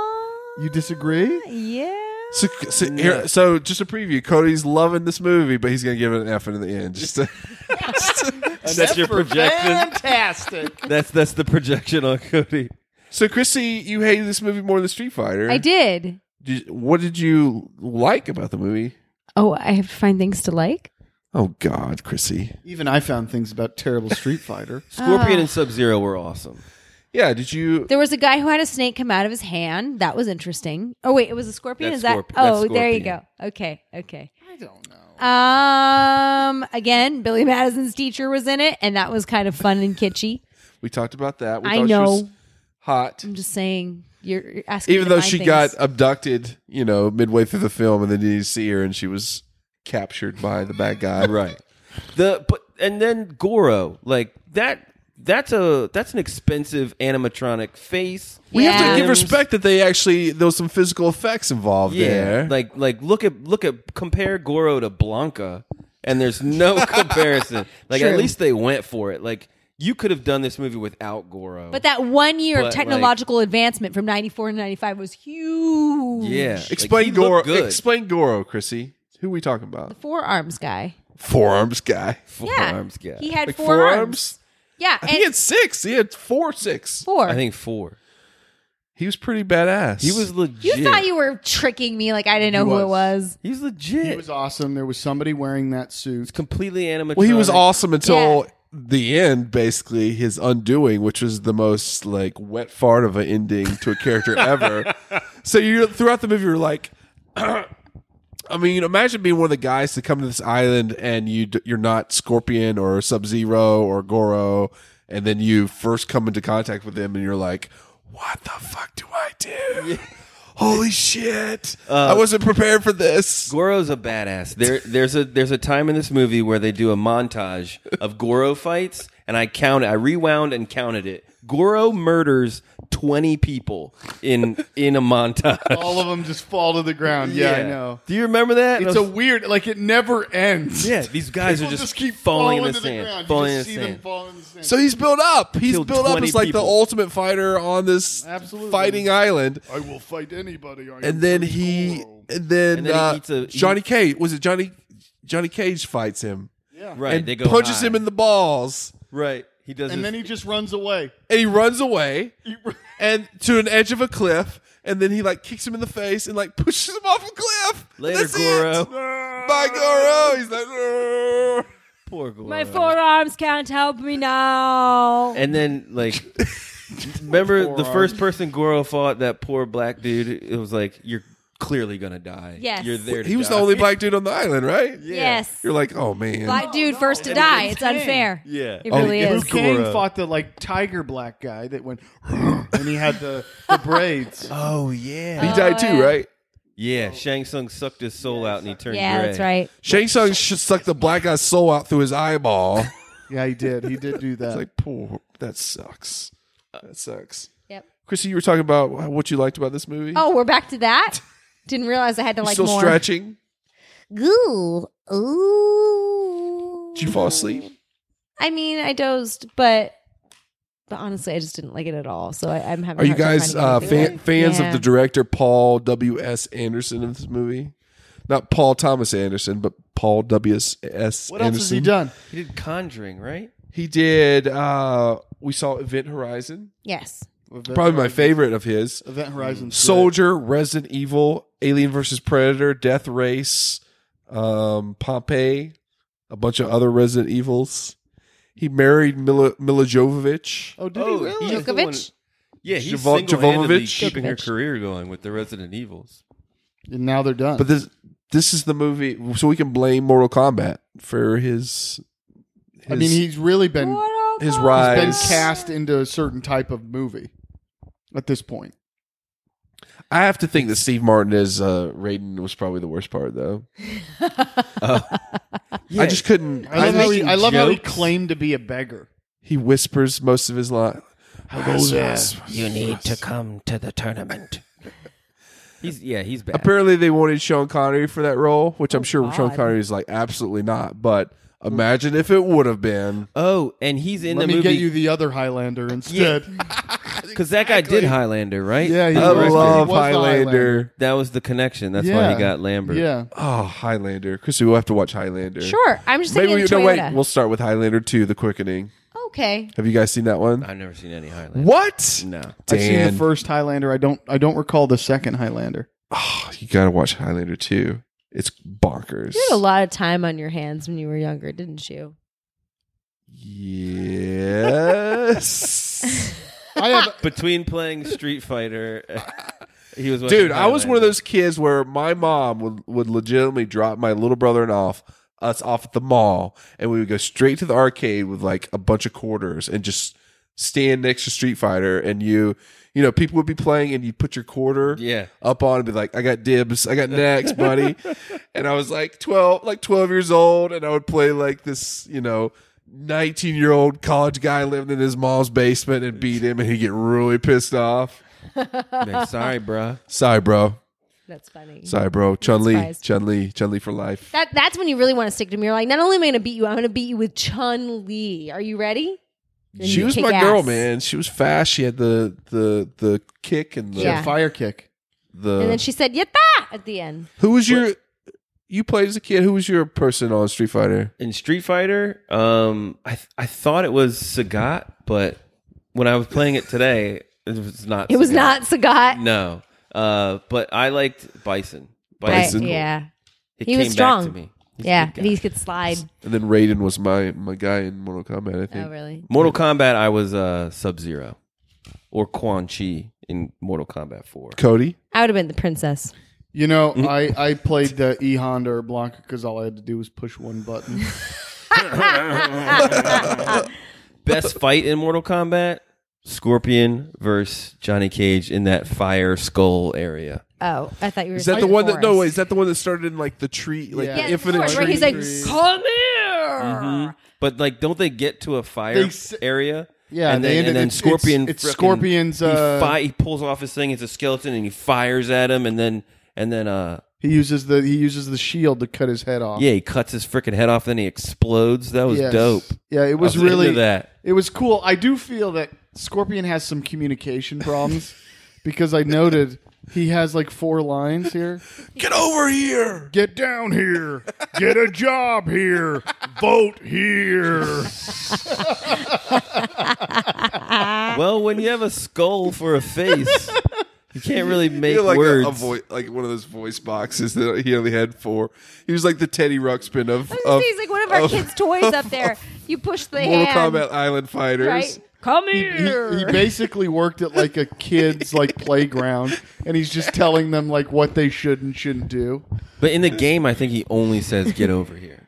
you disagree?
Yeah.
So, so, here, so just a preview. Cody's loving this movie, but he's gonna give it an F in the end. Just to,
That's your projection.
Fantastic.
That's that's the projection on Cody.
so, Chrissy, you hated this movie more than Street Fighter.
I did.
Did- what did you like about the movie?
Oh, I have to find things to like.
Oh God, Chrissy.
even I found things about terrible Street Fighter. Ah.
Scorpion and Sub Zero were awesome.
Yeah, did you?
There was a guy who had a snake come out of his hand. That was interesting. Oh wait, it was a scorpion.
That's
Is that?
scorp- that's
oh, there you
scorpion.
go. Okay, okay.
I don't know.
Um, again, Billy Madison's teacher was in it, and that was kind of fun and kitschy.
We talked about that. We
I
thought she was
know. Mm-hmm.
hot.
I'm just saying. You're you're asking.
Even
me to
though
find
she
things.
got
uh,
abducted, you know, midway through the film, and then you see her, and she was captured by the bad guy.
[LAUGHS] Right. The but and then Goro like that. That's a that's an expensive animatronic face.
We have
Yeah.
to give respect that they actually there was some physical effects involved
Yeah,
there.
like like look at look at compare Goro to Blanca, and there's no [LAUGHS] comparison. Like at
True.
least they went for it. Like you could have done this movie without Goro.
But that one year
But,
of
like-
technological advancement from '94 to '95 was huge.
yeah, like,
explain
he looked
Goro.
Good.
Explain Goro, Chrissy. Who we talking about?
Forearms guy.
Forearms guy.
Forearms guy.
He had
Like
four
forearms?
arms. Yeah, and
he had six. He had four six.
four.
I think four.
He was pretty badass.
He was legit.
you thought you were tricking me, like I didn't know
He
who it
was.
was.
He was legit.
It was awesome. There was somebody wearing that suit.
completely animatronic.
Well, he was awesome until
Yeah.
the end, basically his undoing, which was the most like wet fart of an ending to a
[LAUGHS]
character ever. So you throughout the movie, you're like, [CLEARS THROAT] I mean, imagine being one of the guys to come to this island and you d- you're not Scorpion or Sub Zero or Goro, and then you first come into contact with them, and you're like, what the fuck do I do? Holy shit!
Uh,
I wasn't prepared for this.
Goro's a badass. There, there's a there's a time in this movie where they do a montage of Goro fights, and I counted, I rewound and counted it. Goro murders twenty people in in a montage.
All of them just fall to the ground. Yeah, I know.
Do you remember that?
It's
I
a
was-
weird, like it never ends.
yeah. These guys
People
are just, keep falling, in the
to
sand,
ground. You
falling
just
in the
see them
sand.
falling in the sand.
So he's built up. He's
Killed
built up
20
as like the
people.
ultimate fighter on this
Absolutely.
fighting island.
I will fight anybody. I am
And then
Bruce
he,
Goro.
and then,
And then he
uh,
eats a-
Johnny Cage was it Johnny Johnny Cage fights him
right,
and
they go
punches
high.
him in the balls
right. He does.
and
his-
then he just runs away. [LAUGHS]
and he runs away
He run-
and to an edge of a cliff and then he like kicks him in the face and like [LAUGHS] pushes him off a cliff. And
Later,
that's
Goro.
It. Bye, Goro. He's like. "Arr."
poor Goro.
My forearms can't help me now.
And then
[LAUGHS]
like remember the first person Goro fought that poor black dude, it was like you're clearly gonna die.
Yes.
You're there to
He was the
die.
only black dude on the island, right?
yes,
You're like, oh man.
black dude first to die. It's unfair.
[LAUGHS] Yeah.
it
Oh,
really
it
is.
Luke Kane
Goro.
fought the like tiger black guy that went, [LAUGHS] and he had the, the braids.
[LAUGHS] Oh yeah.
he died too,
yeah.
right?
Yeah, Shang Tsung sucked his soul out and he turned
Yeah,
gray.
that's right.
Shang Tsung should suck the black guy's soul out through his eyeball.
Yeah, he did. He did do that.
It's like, poor, that sucks. That sucks.
Yep.
Chrissy, you were talking about what you liked about this movie.
Oh, we're back to
[LAUGHS]
that. Didn't realize I had to
you
like
still
more.
stretching?
Ooh, ooh.
Did you fall asleep?
I mean, I dozed, but but honestly, I just didn't like it at all. So I, I'm having.
Are
a
you
hard time
guys uh,
finding
fan,
anything.
fans
Yeah.
of the director Paul W. S. Anderson of this movie? Not Paul Thomas Anderson, but Paul W. S. Anderson.
What else has he done?
He did Conjuring, right?
He did. Uh, we saw Event Horizon,
Yes.
probably my favorite of his.
Event Horizon.
Soldier, Resident Evil, Alien versus Predator, Death Race, um, Pompeii, a bunch of other Resident Evils. He married Mila, Mila Jovovich.
Oh, did he really?
he's the one-
Djokovic?
Yeah, he's
Jovo-
single-handedly
Jovovich?
keeping her
Djokovic.
career going with the Resident Evils.
And now they're done.
But this this is the movie, so we can blame Mortal Kombat for his. his
I mean, he's really been he's
his rise.
been cast into a certain type of movie at this point.
I have to think that Steve Martin as uh, Raiden was probably the worst part,
[LAUGHS]
though. Uh, I just couldn't.
I love,
I
how he, I love how he
jokes.
claimed to be a beggar.
He whispers most of his
Oh,
line.
You need to come to the tournament. [LAUGHS] he's yeah, he's bad.
Apparently, they wanted Sean Connery for that role, which I'm sure Sean
Oh, God.
Connery is like, absolutely not. But imagine if it would have been.
oh, and he's in
Let
the
me
movie
get you the other Highlander
[LAUGHS]
instead.
because that guy did Highlander, right? Oh,
Yeah, he
I
was uh, the
love
Highlander.
Highlander.
That was the connection. That's why
Yeah.
he got Lambert.
Yeah.
Oh, Highlander. Chrissy, we'll have to watch Highlander.
Sure. I'm just
Maybe
thinking
we,
of
no,
Toyota.
wait. We'll start with Highlander 2, The Quickening.
okay.
Have you guys seen that one?
I've never seen any Highlander.
What?
[LAUGHS] No.
I've seen the
Dan,
first Highlander. I don't I don't recall the second Highlander.
oh, [SIGHS] you got to watch Highlander 2. It's bonkers.
You had a lot of time on your hands when you were younger, didn't you? [LAUGHS]
Yes.
I have
Between playing Street Fighter, [LAUGHS] he was watching
Dude, I was one of
Highlander.
those kids where my mom would, would legitimately drop my little brother and off us off at the mall, and we would go straight to the arcade with like a bunch of quarters and just stand next to Street Fighter, and you, you know, people would be playing, and you'd put your quarter
Yeah.
[LAUGHS] up on and be like, "I got dibs,
[LAUGHS]
I got next, buddy," and I was like twelve, like twelve years old, and I would play like this, you know. 19 year old college guy living in his mom's basement and beat him, and he'd get really pissed off.
Man, sorry, bruh.
Sorry, bro.
That's funny.
Sorry, bro. Chun Li,
surprised.
Chun Li, Chun Li for life.
That that's when you really want to stick to me. You're like, not only am I going to beat you, I'm going to beat you with Chun Li. Are you ready? And
She
you
was
kick
my girl,
ass.
man. She was fast. She had the the the kick and the
Yeah.
fire kick.
the.
And then she said, "Yatta!" at the end.
who was your? You played as a kid. Who was your person on Street Fighter?
In Street Fighter, um, I th- I thought it was Sagat, but when I was playing it today, it was not.
It was
Sagat.
not
Mm,
Sagat.
No, uh, but I liked Bison.
Bison.
Right, yeah,
It
He was
came
strong.
Back to me. He's a
yeah.
good guy.
And he could slide.
And then Raiden was my my guy in Mortal Kombat. I think.
Oh, really?
Mortal Kombat. I was uh, Sub Zero or Quan Chi in Mortal Kombat Four.
Oh.
Cody.
I would have been the princess.
You know,
Mm-hmm.
I, I played the E Honda or Blanca because all I had to do was push one button. [LAUGHS]
Best fight in Mortal Kombat: Scorpion versus Johnny Cage in that fire skull area.
Oh, I thought you were.
Is that the
saying
one that? No,
forest.
wait. Is that the one that started in like the tree, like
Yeah.
the
Yeah,
Yeah,
infinite
forest,
tree?
where he's like,
trees.
"Come here."
But like, don't they get to a fire
Mm-hmm. They s-
area?
Yeah,
and
they
then,
end
and
it-
then
it's-
Scorpion.
it's
frickin-
Scorpion's, uh,
he, fi- he pulls off his thing. It's a skeleton, and he fires at him, and then and then uh
he uses the he uses the shield to cut his head off.
yeah, he cuts his freaking head off. Then he explodes. That was
Yes.
dope.
Yeah, it was,
I was
really
into that.
It was cool. I do feel that Scorpion has some
[LAUGHS]
communication problems because I noted he has like four lines here.
Get over here.
Get down here. Get a job here. Vote here.
Well, when you have a skull for a
[LAUGHS]
face, you can't really make
You're like a-
words.
A, voi- like one of those voice boxes that he only had four. He was like the Teddy Ruxpin of.
I was
of
gonna say, he's like one of our
of-
kids' toys
[LAUGHS]
up there. You push the
Mortal
hand,
Kombat Island Fighters.
right? Come
He,
here.
he basically worked at like a kid's like playground and he's just telling them like what they should and shouldn't do.
But in the game, I think he only says "Get over here"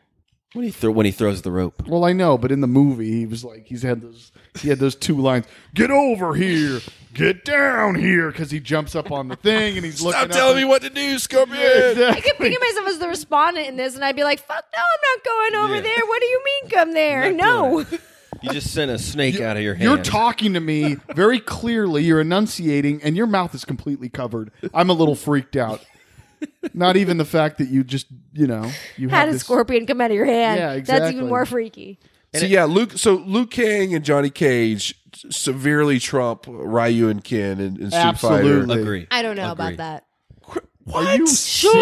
when he throw when he throws the rope.
Well, I know, but in the movie he was like he's had those he had those two lines. Get over here. Get down here cuz he jumps up on the thing and he's looking
Stop
up
telling
and-
me what to do, Scorpion.
[LAUGHS] I kept thinking of myself as the respondent in this, and I'd be like, "Fuck no, I'm not going over
Yeah.
there. What do you mean, come there?
Not
No."
doing [LAUGHS] You just sent a snake out of your hand.
You're talking to me very clearly. You're enunciating, and your mouth is completely covered. I'm a little freaked out. Not even the fact that you just, you know, you
Had
had
a
this,
scorpion come out of your hand.
Yeah,
That's
exactly.
even more freaky.
So yeah, Luke. So Luke Kang and Johnny Cage severely trump Ryu and Ken and, and Street
Absolutely.
Fighter.
Agree.
I don't know
Agree.
about that.
Are you serious?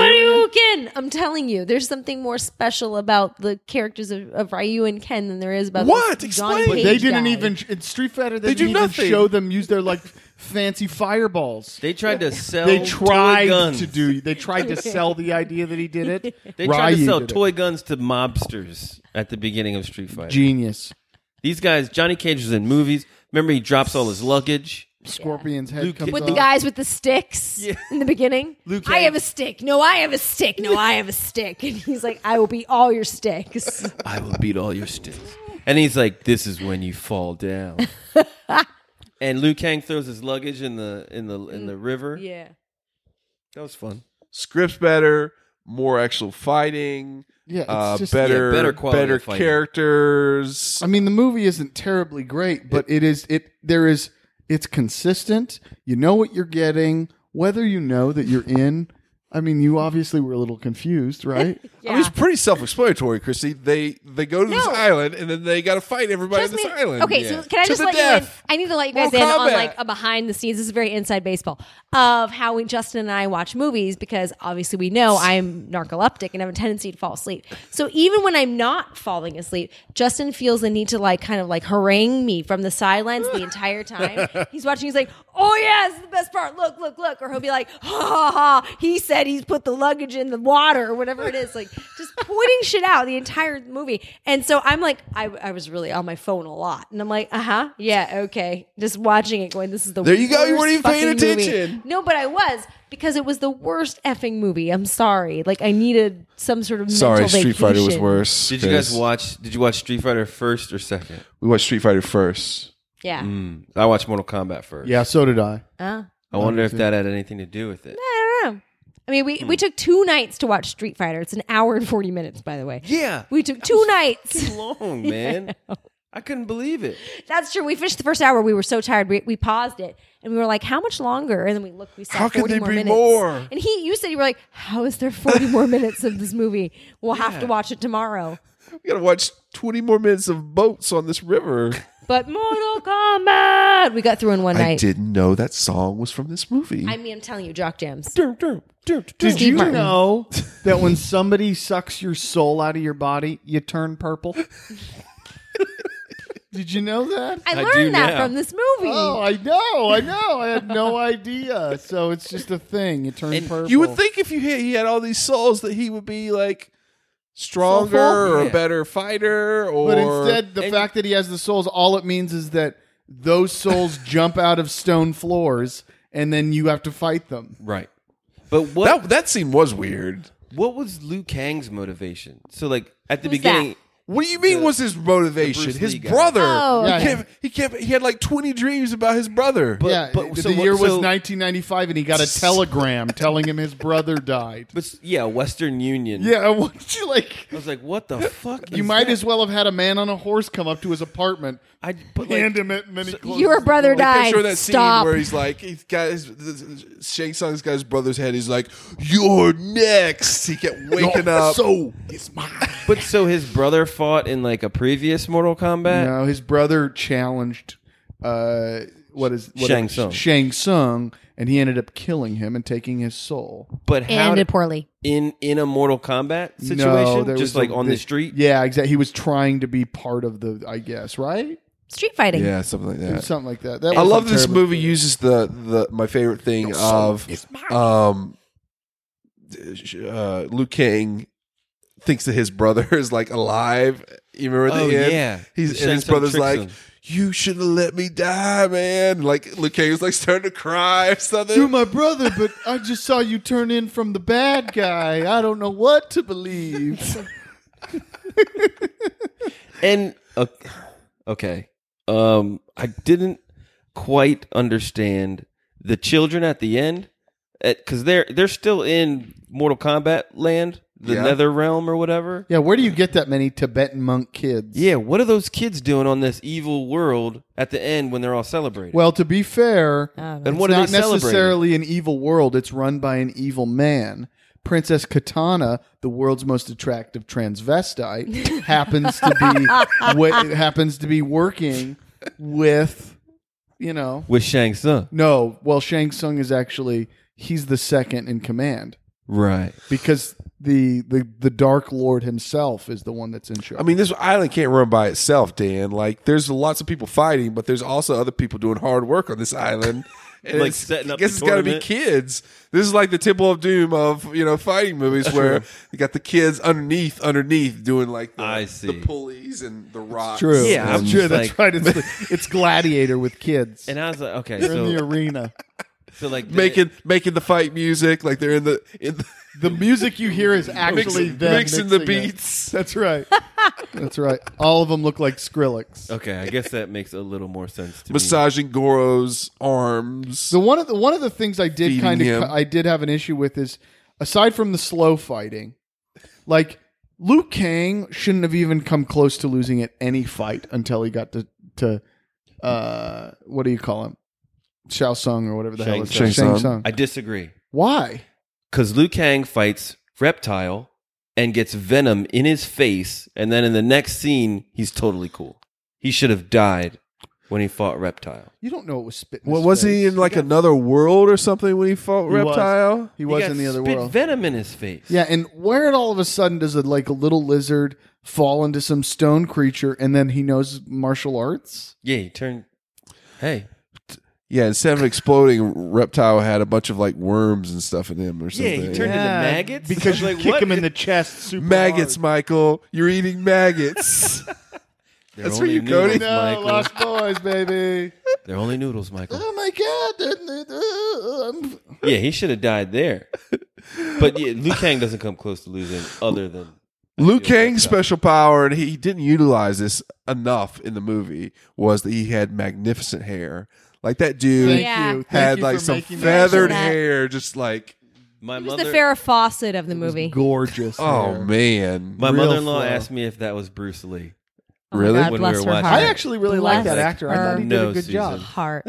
Shoryuken! I'm telling you, there's something more special about the characters of, of Ryu and Ken than there is about
What?
This Johnny
Explain. But
Cage
They didn't
guy.
even in Street Fighter. They,
They do
didn't even
nothing.
show them use their like fancy fireballs.
They tried to sell.
They tried
toy guns.
to do. They tried
[LAUGHS]
to sell the idea that he did it.
They tried to
Ryu
sell
did it.
toy guns to mobsters at the beginning of Street Fighter.
Genius.
These guys, Johnny Cage was in movies. Remember, he drops all his luggage.
Scorpion's head
Luke-
comes
with
off.
the guys with the sticks in the
[LAUGHS]
beginning.
Luke
I
Cage.
have a stick. No, I have a stick. No, I have a stick. And he's like, I will be all your
[LAUGHS]
sticks.
I will beat all your sticks. And he's like, "This is when you fall down."
[LAUGHS]
and Liu Kang throws his luggage in the in the in
Mm.
the river.
yeah.
That was fun.
Scripts better, more actual fighting.
Yeah, it's
uh,
just-
better,
Yeah, better quality
better
of fighting.
characters.
I mean, the movie isn't terribly great, but it is it there is it's consistent. You know what you're getting, whether you know that you're in. I mean, you obviously were a little confused,
[LAUGHS]
right?
I mean, it's pretty self-explanatory, Chrissy. They they go to this
No.
island and then they got to fight everybody on
Trust
this
me.
island.
Okay,
Yeah.
so can I
To
just
the
let
death.
you in? I need to let you guys
Mortal
in on
Kombat.
like a behind the scenes. This is very inside baseball of how we Justin and I watch movies because obviously we know I'm narcoleptic and have a tendency to fall asleep. So even when I'm not falling asleep, Justin feels the need to like kind of like harangue me from the sidelines
[LAUGHS]
the entire time. He's watching. He's like, "Oh yeah, this is the best part. Look, look, look." Or he'll be like, "Ha ha ha!" He said he's put the luggage in the water or whatever it is. Like just pointing shit out the entire movie. And so I'm like, I, I was really on my phone a lot, and I'm like, "Uh huh, yeah, okay." Just watching it, going, "This is the
There you go. You
worst
weren't even paying
fucking movie."
attention.
No, but I was. Because it was the worst effing movie. I'm sorry. Like I needed some sort of
Sorry,
mental
Street Fighter was
vacation.
worse.
Did you guys
'cause
watch? Did you watch Street Fighter first or second?
We watched Street Fighter first.
Yeah.
Mm.
I watched Mortal Kombat first.
yeah, so did I.
Uh,
I wonder if that had anything to do with it.
I don't know. I mean, we, we took two nights to watch Street Fighter. It's an hour and 40 minutes, by the way.
Yeah.
We took two nights.
Too
[LAUGHS]
long, man. I couldn't believe it.
That's true. We finished the first hour. We were so tired. We, we paused it and we were like, how much longer? And then we looked, we saw
How
40
could they
more
be
minutes.
more?
And he, you said, you were like, how is there 40
[LAUGHS]
more minutes of this movie? We'll have to watch it tomorrow.
We got to watch twenty more minutes of boats on this river.
But Mortal Kombat, we got through in one
I
night.
didn't know that song was from this movie.
I mean, I'm telling you, Jock Jams.
Did
Steve
you
Martin.
know that when somebody sucks your soul out of your body, you turn purple? [LAUGHS] did you know that?
I
I
learned
do
that
now.
from this movie.
Oh, I know, I know. I had no [LAUGHS] idea. So it's just a thing. It turned purple.
you would think if you had, he had all these souls that he would be like stronger or a
Yeah.
better fighter, or
But instead, the
and-
fact that he has the souls, all it means is that those [LAUGHS] souls jump out of stone floors, and then you have to fight them.
Right. But what
that that scene was weird.
what was Liu Kang's motivation? So like at the
Who's
beginning,
that?
What do you mean
The-
was his motivation?
the Bruce
His
Lee guy.
brother.
Oh,
Yeah.
he, kept, he kept he had like twenty dreams about his brother.
But-
yeah, the
so what-
year was
so-
1995, and he got [LAUGHS] a telegram telling him his brother died.
but s- yeah, Western Union.
Yeah, what you like?
I was like, what
[LAUGHS]
the fuck?
You
is
might
that?
as well have had a man on a horse come up to his apartment,
I but like,
hand him it, and then he closes
Your
the
brother
door.
I
died.
picture that scene
Stop.
where he's like, he's got his Shang Tsung's got his brother's head. He's like, "You're next." He kept waking up.
So it's mine.
But so his brother fought in like a previous Mortal Kombat.
No, his brother challenged. Uh, what is what
Shang Tsung.
Shang Tsung, and he ended up killing him and taking his soul.
But
It
how
ended
did,
poorly.
in in a Mortal Kombat
No,
situation,
there
just
was
like
a-
on the street.
Yeah, exactly. He was trying to be part of the, I guess, right?
Street fighting.
yeah, something like that.
Something like that. that
I
was
love this
terrible.
movie uses the the my favorite thing of um uh Luke Kang thinks that his brother [LAUGHS] is like alive. You remember at the
Oh,
end?
yeah.
He's and
Shang
his
Tsung
brother's
tricks
like,
him.
You should have let me die, man. Like Luke Kang was like starting to cry or something.
You're my brother, but I just saw you turn in from the bad guy. I don't know what to believe.
And uh, okay, um, I didn't quite understand eh, the children at the end because they're they're still in Mortal Kombat land. the
Yeah.
nether realm or whatever.
Yeah, where do you get that many Tibetan monk kids?
Yeah, what are those kids doing on this evil world at the end when they're all celebrating?
Well, to be fair,
and
it's
what are
not
they celebrating?
necessarily an evil world. It's run by an evil man. Princess Katana, the world's most
[LAUGHS]
attractive transvestite, happens to be wa- happens to be working with, you know,
with Shang Tsung,
no. Well, Shang Tsung is actually he's the second in command
right?
because the the the Dark Lord himself is the one that's in charge.
I mean, this island can't run by itself, Dan. Like, there's lots of people fighting, but there's also other people doing hard work on
[LAUGHS]
this island. And
Like
it's-
setting up
I guess
the
it's got to be
tournament.
kids. This is like the Temple of Doom of you know fighting movies, where you got the kids underneath, underneath doing like the,
I see.
the pulleys and the rocks.
true.
Yeah, I'm
sure
just
that's
like-
right. It's, the- it's Gladiator with kids.
And I was like, okay,
They're in the
so,
arena.
so like
making making the fight music like they're in the in the
[LAUGHS]
The music you hear is actually
mixing,
them
mixing the
mixing it.
beats.
That's right. That's right. All of them look like Skrillex.
Okay, I guess that makes a little more sense to me.
Massaging Goro's arms.
So one of the one of the things I did
Feeding
kind
him.
of I did have an issue with is aside from the slow fighting, like Luke Kang shouldn't have even come close to losing at any fight until he got to to uh what do you call him? Shao Tsung or whatever the
Shang
hell it's
Tsung.
Shang,
Shang
Shang
Tsung.
Tsung.
I disagree.
Why?
Because Liu Kang fights Reptile and gets Venom in his face, and then in the next scene, he's totally cool. He should have died when he fought Reptile.
You don't know it was spit. in
What
his
was he
face.
in like another world or something when he fought
He was.
Reptile?
He was
got
in the other
spit
world.
Venom in his face.
Yeah, and where it all of a sudden does a like a little lizard fall into some stone creature and then he knows martial arts?
yeah. He turned. Hey,
Yeah, instead of exploding, Reptile had a bunch of like worms and stuff in him or
yeah,
something.
he turned
Yeah,
into maggots
because
I was
you
like,
kick
what?
him in the chest super
maggots, Michael. You're eating maggots. [LAUGHS]
They're
That's
only
where you go to-
noodles,
No,
Michael.
Oh, Lost Boys, [LAUGHS] baby.
They're only noodles, Michael.
[LAUGHS] Oh [LAUGHS] my god. didn't it- uh, uh, I'm-
Yeah, he should have died there. But yeah, Liu Kang doesn't come close to losing other than
Luke
Yeah,
Kang's
that's right.
special power, and he didn't utilize this enough in the movie, was that he had magnificent hair. Like that dude
Thank
Yeah.
you. Thank
had
you
like
for
some
making that
feathered
That-
hair, just like
my
He was
mother.
the Farrah Fawcett of the
It was
movie.
Gorgeous.
oh
hair.
man.
my
real
mother-in-law
flaw.
asked me if that was Bruce Lee.
Oh my
Really?
God,
When we
bless
were
her
watching
heart.
I actually really like
Bless
that actor. I
her
thought he did
No,
a good
Susan.
job.
Heart.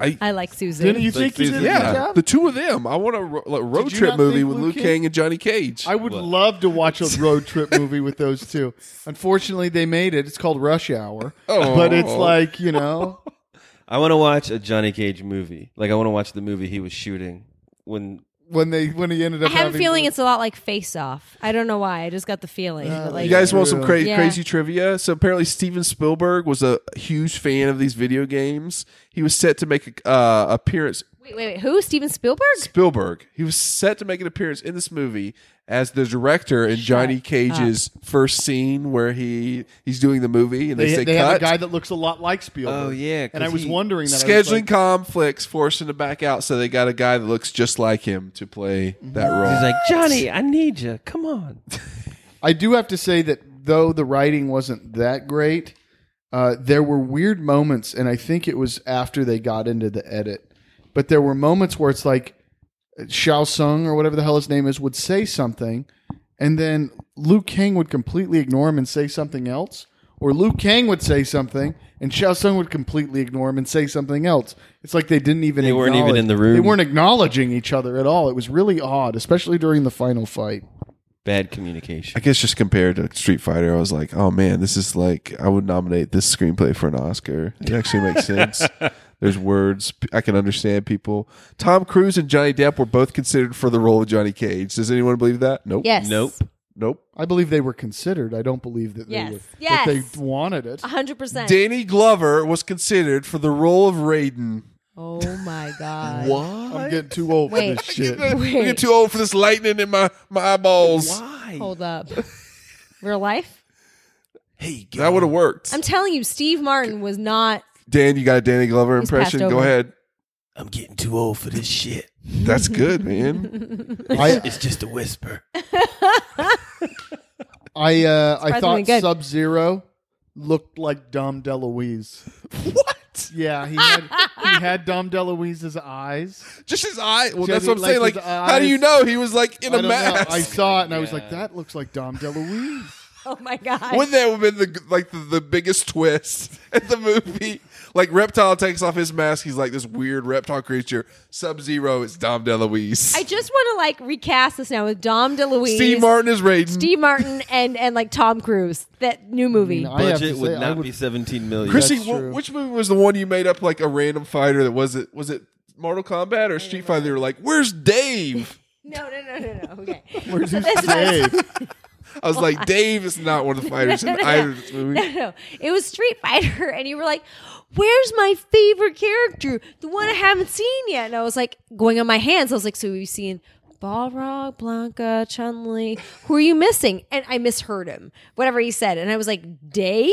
I-
[LAUGHS] I like Susan.
Didn't you
Like
think he did
Susan.
a good
yeah,
job?
the two of them. I want a ro- like, road
Did you
trip
not
movie
think
with Luke
Luke Kang-
Kang and Johnny Cage.
I would
What?
love to watch a road trip movie with those two. Unfortunately, they made it. It's called Rush Hour.
Oh.
But it's like, you know,
I want to watch a Johnny Cage movie. Like I want to watch the movie he was shooting when
when they when he ended
I
up
have a
having
feeling
the- Uh,
it's a lot like Face Off. I don't know why. I just got the feeling. but, like,
You guys want some cra-
Yeah.
crazy trivia? So apparently, Steven Spielberg was a huge fan of these video games. He was set to make a uh, appearance.
wait, wait, wait. Who? Steven Spielberg?
Spielberg. He was set to make an appearance in this movie as the director in Johnny Cage's first scene where he he's doing the movie and they,
they,
say
they have a
cut.
guy that looks a lot like Spielberg.
Oh, yeah, 'cause
and I was
he-
wondering that I was
Scheduling conflicts forcing him back out, so they got a guy that looks just like him to play that role.
he's like Johnny, I need you. Come on.
I do have to say that though the writing wasn't that great, uh, there were weird moments, and I think it was after they got into the edit. But there were moments where it's like uh, Shao Tsung or whatever the hell his name is would say something, and then Luke Kang would completely ignore him and say something else, or Luke Kang would say something and Shao Tsung would completely ignore him and say something else. It's like they didn't even
They weren't even
acknowledge-
in the room.
They weren't acknowledging each other at all. It was really odd, especially during the final fight.
Bad
I
communication.
guess just compared to Street Fighter, I was like, oh man, this is like I would nominate this screenplay for an Oscar. It actually makes sense. There's words p- I can understand. People, Tom Cruise and Johnny Depp were both considered for the role of Johnny Cage. Does anyone believe that? Nope.
Yes.
Nope.
Nope.
I believe they were considered. I don't believe that
Yes.
they were,
Yes.
that they wanted it.
100%.
Danny Glover was considered for the role of Raiden.
oh my God.
I'm getting too old
[LAUGHS] Wait.
[LAUGHS]
for this shit.
I get too old for this lightning in my my eyeballs.
Why?
Oh.
Hold
[LAUGHS]
up. Real life?
Hey,
That would have worked.
I'm telling you, Steve Martin was not.
Dan, you got a Danny Glover
He's passed
impression? Go
over.
ahead.
I'm getting too old for this shit.
[LAUGHS]
That's good, man.
I
It's just a whisper.
[LAUGHS] I uh, I
Surprisingly
thought
good.
Sub Zero looked like Dom DeLuise.
[LAUGHS] What?
Yeah, he had he had Dom
[LAUGHS]
DeLuise's eyes.
Just his eye. Well, that's
Just
what I'm
like
saying. Like,
his
how do you
eyes.
know he was like in
I
a
don't know.
mask?
I saw it and I was like, that looks like Dom DeLuise.
Oh my god!
[LAUGHS] Wouldn't that have been the like the, the biggest twist [LAUGHS] at the movie? Like reptile takes off his mask, he's like this weird reptile creature. Sub Zero is Dom DeLuise. [LAUGHS]
I just want to like recast this now with Dom DeLuise,
Steve Martin is Raiden.
Steve Martin, and and like Tom Cruise. That new movie.
I have to
Budget would
say, I
not
would- [LAUGHS]
be 17 million.
Chrissy,
That's
wh-
true.
which movie was the one you made up like a random fighter that was it? Was it Mortal Kombat or Street Fighter? They were like, "Where's Dave?"
No, no, no, no, no. Okay.
Where's his
This was-
face?
[LAUGHS]
I was like, "Dave is not one of the fighters in either of this movie."
No, no, it was Street [LAUGHS] Fighter, and you were like, "Where's my favorite character? The one I haven't seen yet." And I was like, going on my hands. I was like, "So we've seen Balrog, Blanca, Chun Li. Who are you missing?" And I misheard him, whatever he said, and I was like, "Dave."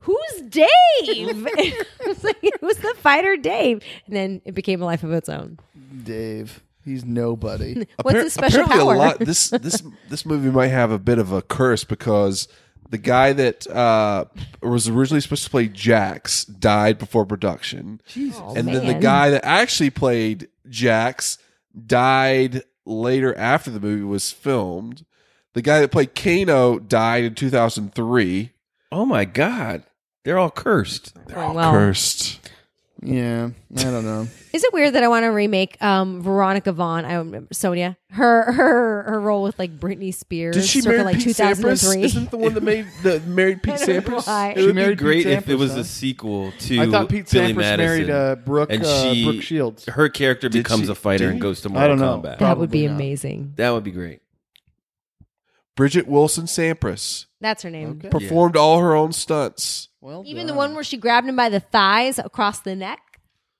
Who's Dave? [LAUGHS] it, was like, it was the fighter Dave, and then it became a life of its own.
Dave.
[LAUGHS]
He's nobody.
What's
Appar-
his special
apparently
power?
A
[LAUGHS]
lot, this this this movie might have a bit of a curse because the guy that uh, was originally supposed to play Jax died before production, and then the
Oh, man.
guy that actually played Jax died later after the movie was filmed. The guy that played Kano died in 2003.
Oh my God. They're all cursed.
Well,
Cursed.
Yeah, I don't know.
Is it weird that I want to remake um, Veronica Vaughn? I don't remember Sonia. Her her her role with like Britney Spears.
Did she
circa,
marry
like
Pete Sampras?
2003.
Isn't the one that made the married
[LAUGHS]
Pete
I don't know
Sampras?
why.
It would be
married Pete
great if it
Sampras,
was
huh?
a sequel to.
I thought Pete
Billy
Sampras
Madison,
married, uh, Brooke,
and
uh,
she,
Brooke Shields.
Her character
Did
becomes
she-
a fighter
did
and
he?
goes to
I
Mortal
don't know. [LAUGHS]
that would
Kombat.
Probably
be
not.
amazing.
That would be great.
Bridget Wilson Sampras.
That's her name.
Okay.
performed all her own stunts.
Well,
Even the
done.
one where she grabbed him by the thighs across the neck.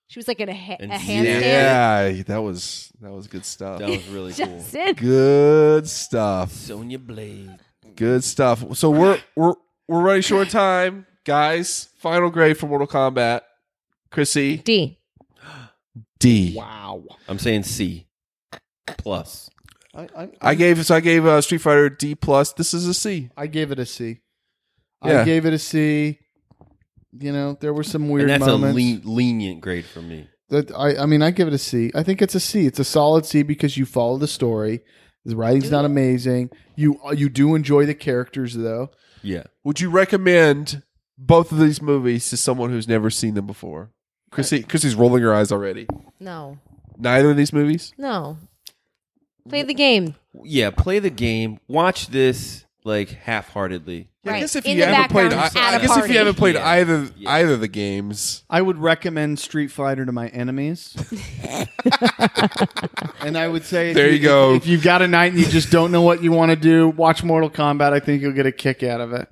She was like in a, ha- a
And
handstand.
Yeah, that was that was good stuff.
That was really cool.
Just in.
Good stuff.
Sonya Blade.
Good stuff. So we're we're we're running short time, guys. Final grade for Mortal Kombat. Chrissy
D.
D.
Wow.
I'm saying C plus.
I, I,
I gave so I gave uh, Street Fighter D plus. This is a C.
I gave it a C. I
Yeah.
gave it a C. You know, there were some weird
and that's
moments.
a le- lenient grade for me.
That I, I mean, I give it a C. I think it's a C. It's a solid C because you follow the story. The writing's not amazing. You uh, you do enjoy the characters though.
Yeah.
Would you recommend both of these movies to someone who's never seen them before? Chrissy, Chrissy's rolling her eyes already.
No.
Neither of these movies.
No. Play the game.
Yeah, play the game. Watch this like half heartedly.
Right.
I guess if
In
you
the
haven't played, I,
background at
I
a
guess if
party.
you haven't played
Yeah.
either
Yeah.
either the games,
I would recommend Street Fighter to my [LAUGHS] enemies. and I would say, if
There you
if-
go.
If you've got a night and you just don't know what you want to do, watch Mortal Kombat. I think you'll get a kick out of it.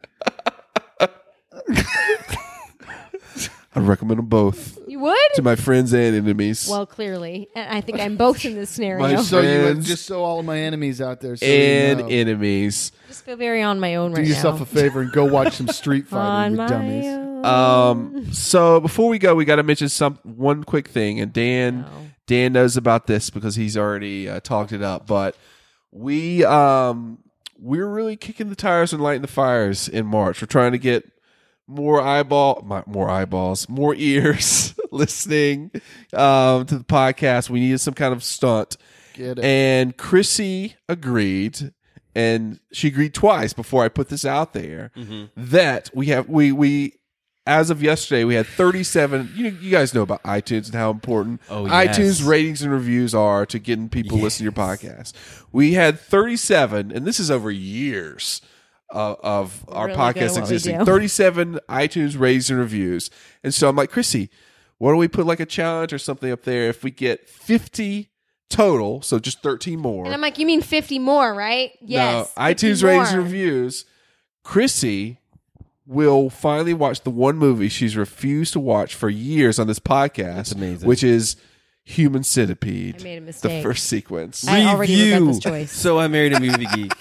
I recommend them both
You would?
to my friends and enemies.
Well, clearly. And I think I'm both in this
My
scenario.
s-
So you would
Friends.
just so all of my enemies out there, so you
and
know.
enemies.
I just feel very on my own
do
right
yourself
now.
a favor and go watch
[LAUGHS]
some Street
on
Fighter,
my
you dummies.
own.
Um. So before we go, we got to mention some one quick thing, and Dan
No.
Dan knows about this because he's already uh, talked it up. But we um we're really kicking the tires and lighting the fires in March. We're trying to get more eyeball my, more eyeballs more ears [LAUGHS] listening um to the podcast we needed some kind of stunt
Get it.
And Chrissy agreed, and she agreed twice before I put this out there that we have we we as of yesterday we had 37 you you guys know about iTunes and how important
Oh, yes.
iTunes ratings and reviews are to getting people to listen to your podcast. We had 37 and this is over years of, of our
Really good at
podcast
what we
existing.
do.
37 iTunes ratings and reviews. And so I'm like, Chrissy, why don't we put like a challenge or something up there if we get 50 total, so just 13 more.
And I'm like, you mean 50 more, right? Yes.
No, iTunes
50
ratings and
more.
reviews. Chrissy will finally watch the one movie she's refused to watch for years on this podcast,
amazing.
which is Human Centipede.
I made a
The
mistake.
first sequence.
I already regret this choice.
So I married a movie geek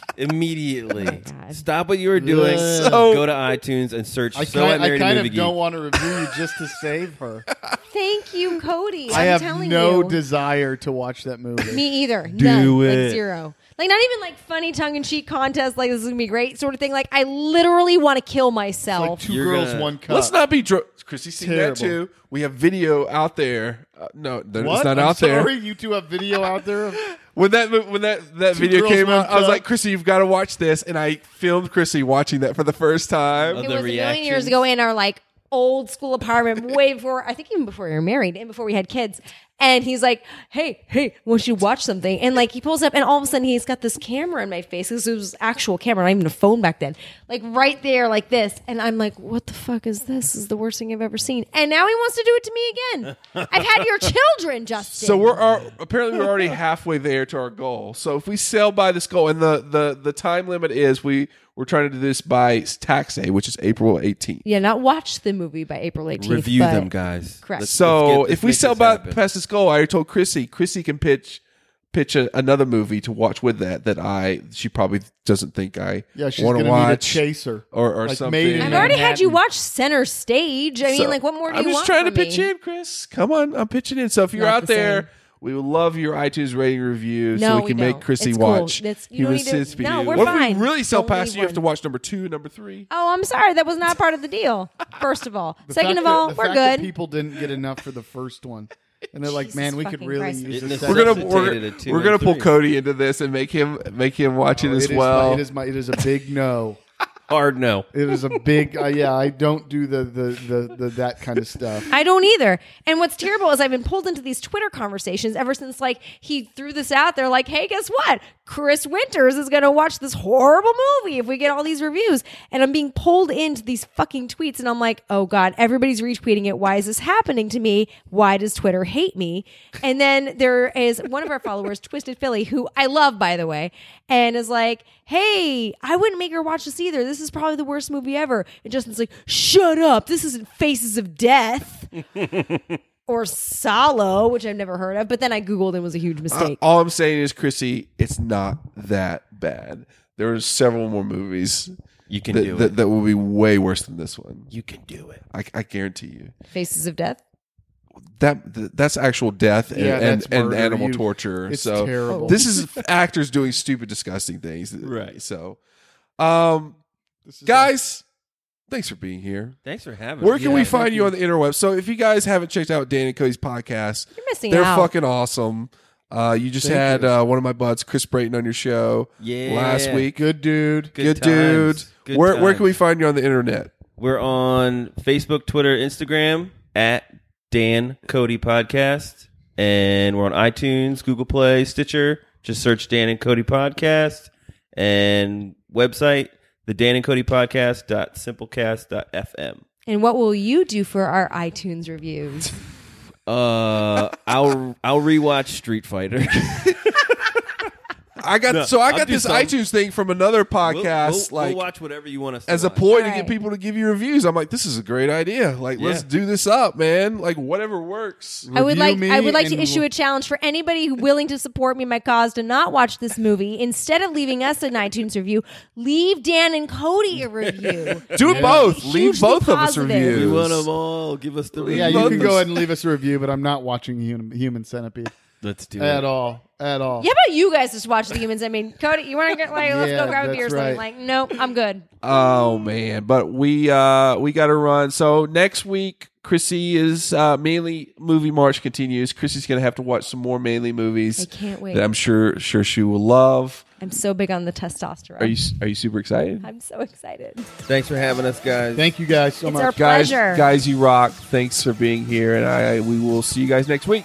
immediately.
God.
Stop what you were doing.
So-
go to iTunes and search.
I,
so I
kind, I
married
kind
a
of
movie
don't
geek.
want to review you just to save
[LAUGHS]
her.
Thank you, Cody. I'm
I have
telling
no
you.
desire to watch that movie.
Me either. Do None. Like
it.
zero. Like not even like funny tongue in cheek contest, like this is gonna be great sort of thing. Like I literally want to kill
Like
myself.
2
You're
girls,
gonna-
one cup.
Let's not be dro- Chrissy seen
Terrible.
that too. We have video out there. Uh, no, there,
What?
it's not
I'm
out there.
sorry, you two have video out there. of-
When that when that, that video
girls,
came
one
out, I was
cup.
like, Chrissy, you've got to watch this, and I filmed Chrissy watching that for the first time.
it was
the
a million years
reactions.
ago in our like old school apartment, way before I think even before we were married and before we had kids. And he's like, "Hey, hey, won't you watch something?" And like he pulls up, and all of a sudden he's got this camera in my face. This was actual camera, not even a phone back then. Like right there, like this, and I'm like, "What the fuck is this? this is the worst thing I've ever seen." And now he wants to do it to
[LAUGHS]
me again. I've had your children, Justin.
So we're are, apparently we're already halfway there to our goal. So if we sail by this goal, and the the the time limit is we we're trying to do this by tax day, which is April 18th.
yeah, not watch the movie by April 18th.
Review
but-
them, guys.
Correct.
So
let's get- let's
if we
make
sell
this
by
happen.
past this goal, I already told Chrissy, Chrissy can pitch pitch a, another movie to watch with that that I she probably doesn't think I
Yeah, she's
want to
gonna need a
watch
chaser.
or or
Like
something.
Made in
I've already had you
Manhattan.
watch Center Stage. I mean,
So,
like, what more do
I'm
you
just
want?
trying to
from
pitch
me?
in, Chris. Come on, I'm pitching in. So if you're
Not
out
the
there,
same.
we would love your iTunes rating review
No,
so we
we
can
don't.
make Chrissy
It's cool.
watch
That's- you don't
Human
need to-
Centipede.
no, we're
what
fine.
if we really sell
Don't
past
need
you have to
one.
watch number two, number three?
Oh, I'm sorry. That was not part of the deal. First of all.
The
Second
fact
of
that-
all,
the
we're
fact that
good.
people didn't get enough for the first one, and they're like,
Jesus
"Man, we could
fucking
really
Christ.
use
It
this."
We're gonna
necessitated
we're,
a two
we're
and
gonna pull
three.
Cody into this and make him make him watch it
It
as
is my-
well.
it is my. It is a big no.
Hard no.
It is a big. Uh, yeah, I don't do the the, the the that kind of stuff.
I don't either. And what's terrible is I've been pulled into these Twitter conversations ever since like he threw this out there like, "Hey, guess what? Chris Winters is going to watch this horrible movie if we get all these reviews." And I'm being pulled into these fucking tweets and I'm like, "Oh god, everybody's retweeting it. Why is this happening to me? Why does Twitter hate me?" And then there is one of our followers, [LAUGHS] Twisted Philly, who I love by the way, and is like, "Hey, I wouldn't make her watch this either. This is probably the worst movie ever." And Justin's like, "Shut up. This isn't Faces of Death." or Salo, which I've never heard of, but then I Googled and was a huge
[LAUGHS]
mistake.
all I'm saying is, Chrissy, it's not that bad. There are several more movies
You can do
that, that,
it.
that will be way worse than this one.
You can do it.
I, I guarantee you.
Faces of Death.
that th- that's actual death and
Yeah,
and,
that's
and
murder.
animal
You-
torture.
it's
so
terrible.
this
[LAUGHS]
is actors doing stupid, disgusting things.
Right.
So, um, guys, thanks for being here.
Thanks for having
Where
me.
can we find you on the interweb? So if you guys haven't checked out Dan and Cody's podcast,
You're missing
they're
out.
fucking awesome. Uh, you just had uh, one of my buds, Chris Brayton, on your show
Yeah.
last week.
Good dude.
Good
Good,
times.
dude.
Good
where where
times.
can we find you on the internet?
We're on Facebook, Twitter, Instagram at Dan Cody Podcast. And we're on iTunes, Google Play, Stitcher. Just search Dan and Cody Podcast. And website, the Dan and Cody Podcast dot simplecast dot FM.
And what will you do for our iTunes reviews?
Uh, I'll I'll rewatch Street [LAUGHS] Fighter.
I got so I
I'll
got
do
this
some.
iTunes thing from another
We'll-
podcast.
we'll-
like
we'll watch whatever you want us to
as a
watch.
ploy to
Right.
get people to give you reviews. I'm like, this is a great idea. Like, let's
Yeah.
do this up, man. Like, whatever works.
I would
Review
like
me
I would like to
and
issue a challenge for anybody who willing to support me in my cause to not watch this movie. Instead of leaving us an iTunes review, leave Dan and Cody a review.
Do both. Leave
Hugely
both of us
positive.
We
reviews.
want them all. Give us the
Yeah, you
Love
can
this.
go ahead and leave us a review, but I'm not watching Human, human Centipede
Let's do
at
it.
all. At all.
Yeah, but you guys just watch the humans. I mean, Cody, you want to get like let's
Yeah,
go grab a
that's
beer or something?
right.
Like, no, I'm good.
Oh man, but we uh we got to run. So next week, Chrissy is uh mainly movie march continues. Chrissy's gonna have to watch some more mainly movies.
I can't wait.
That I'm sure sure she will love.
I'm so big on the testosterone.
Are you are you super excited?
I'm so excited.
Thanks for having us, guys.
Thank you guys so
It's
much.
our
Guys,
pleasure.
guys, you rock. Thanks for being here, and I we will see you guys next week.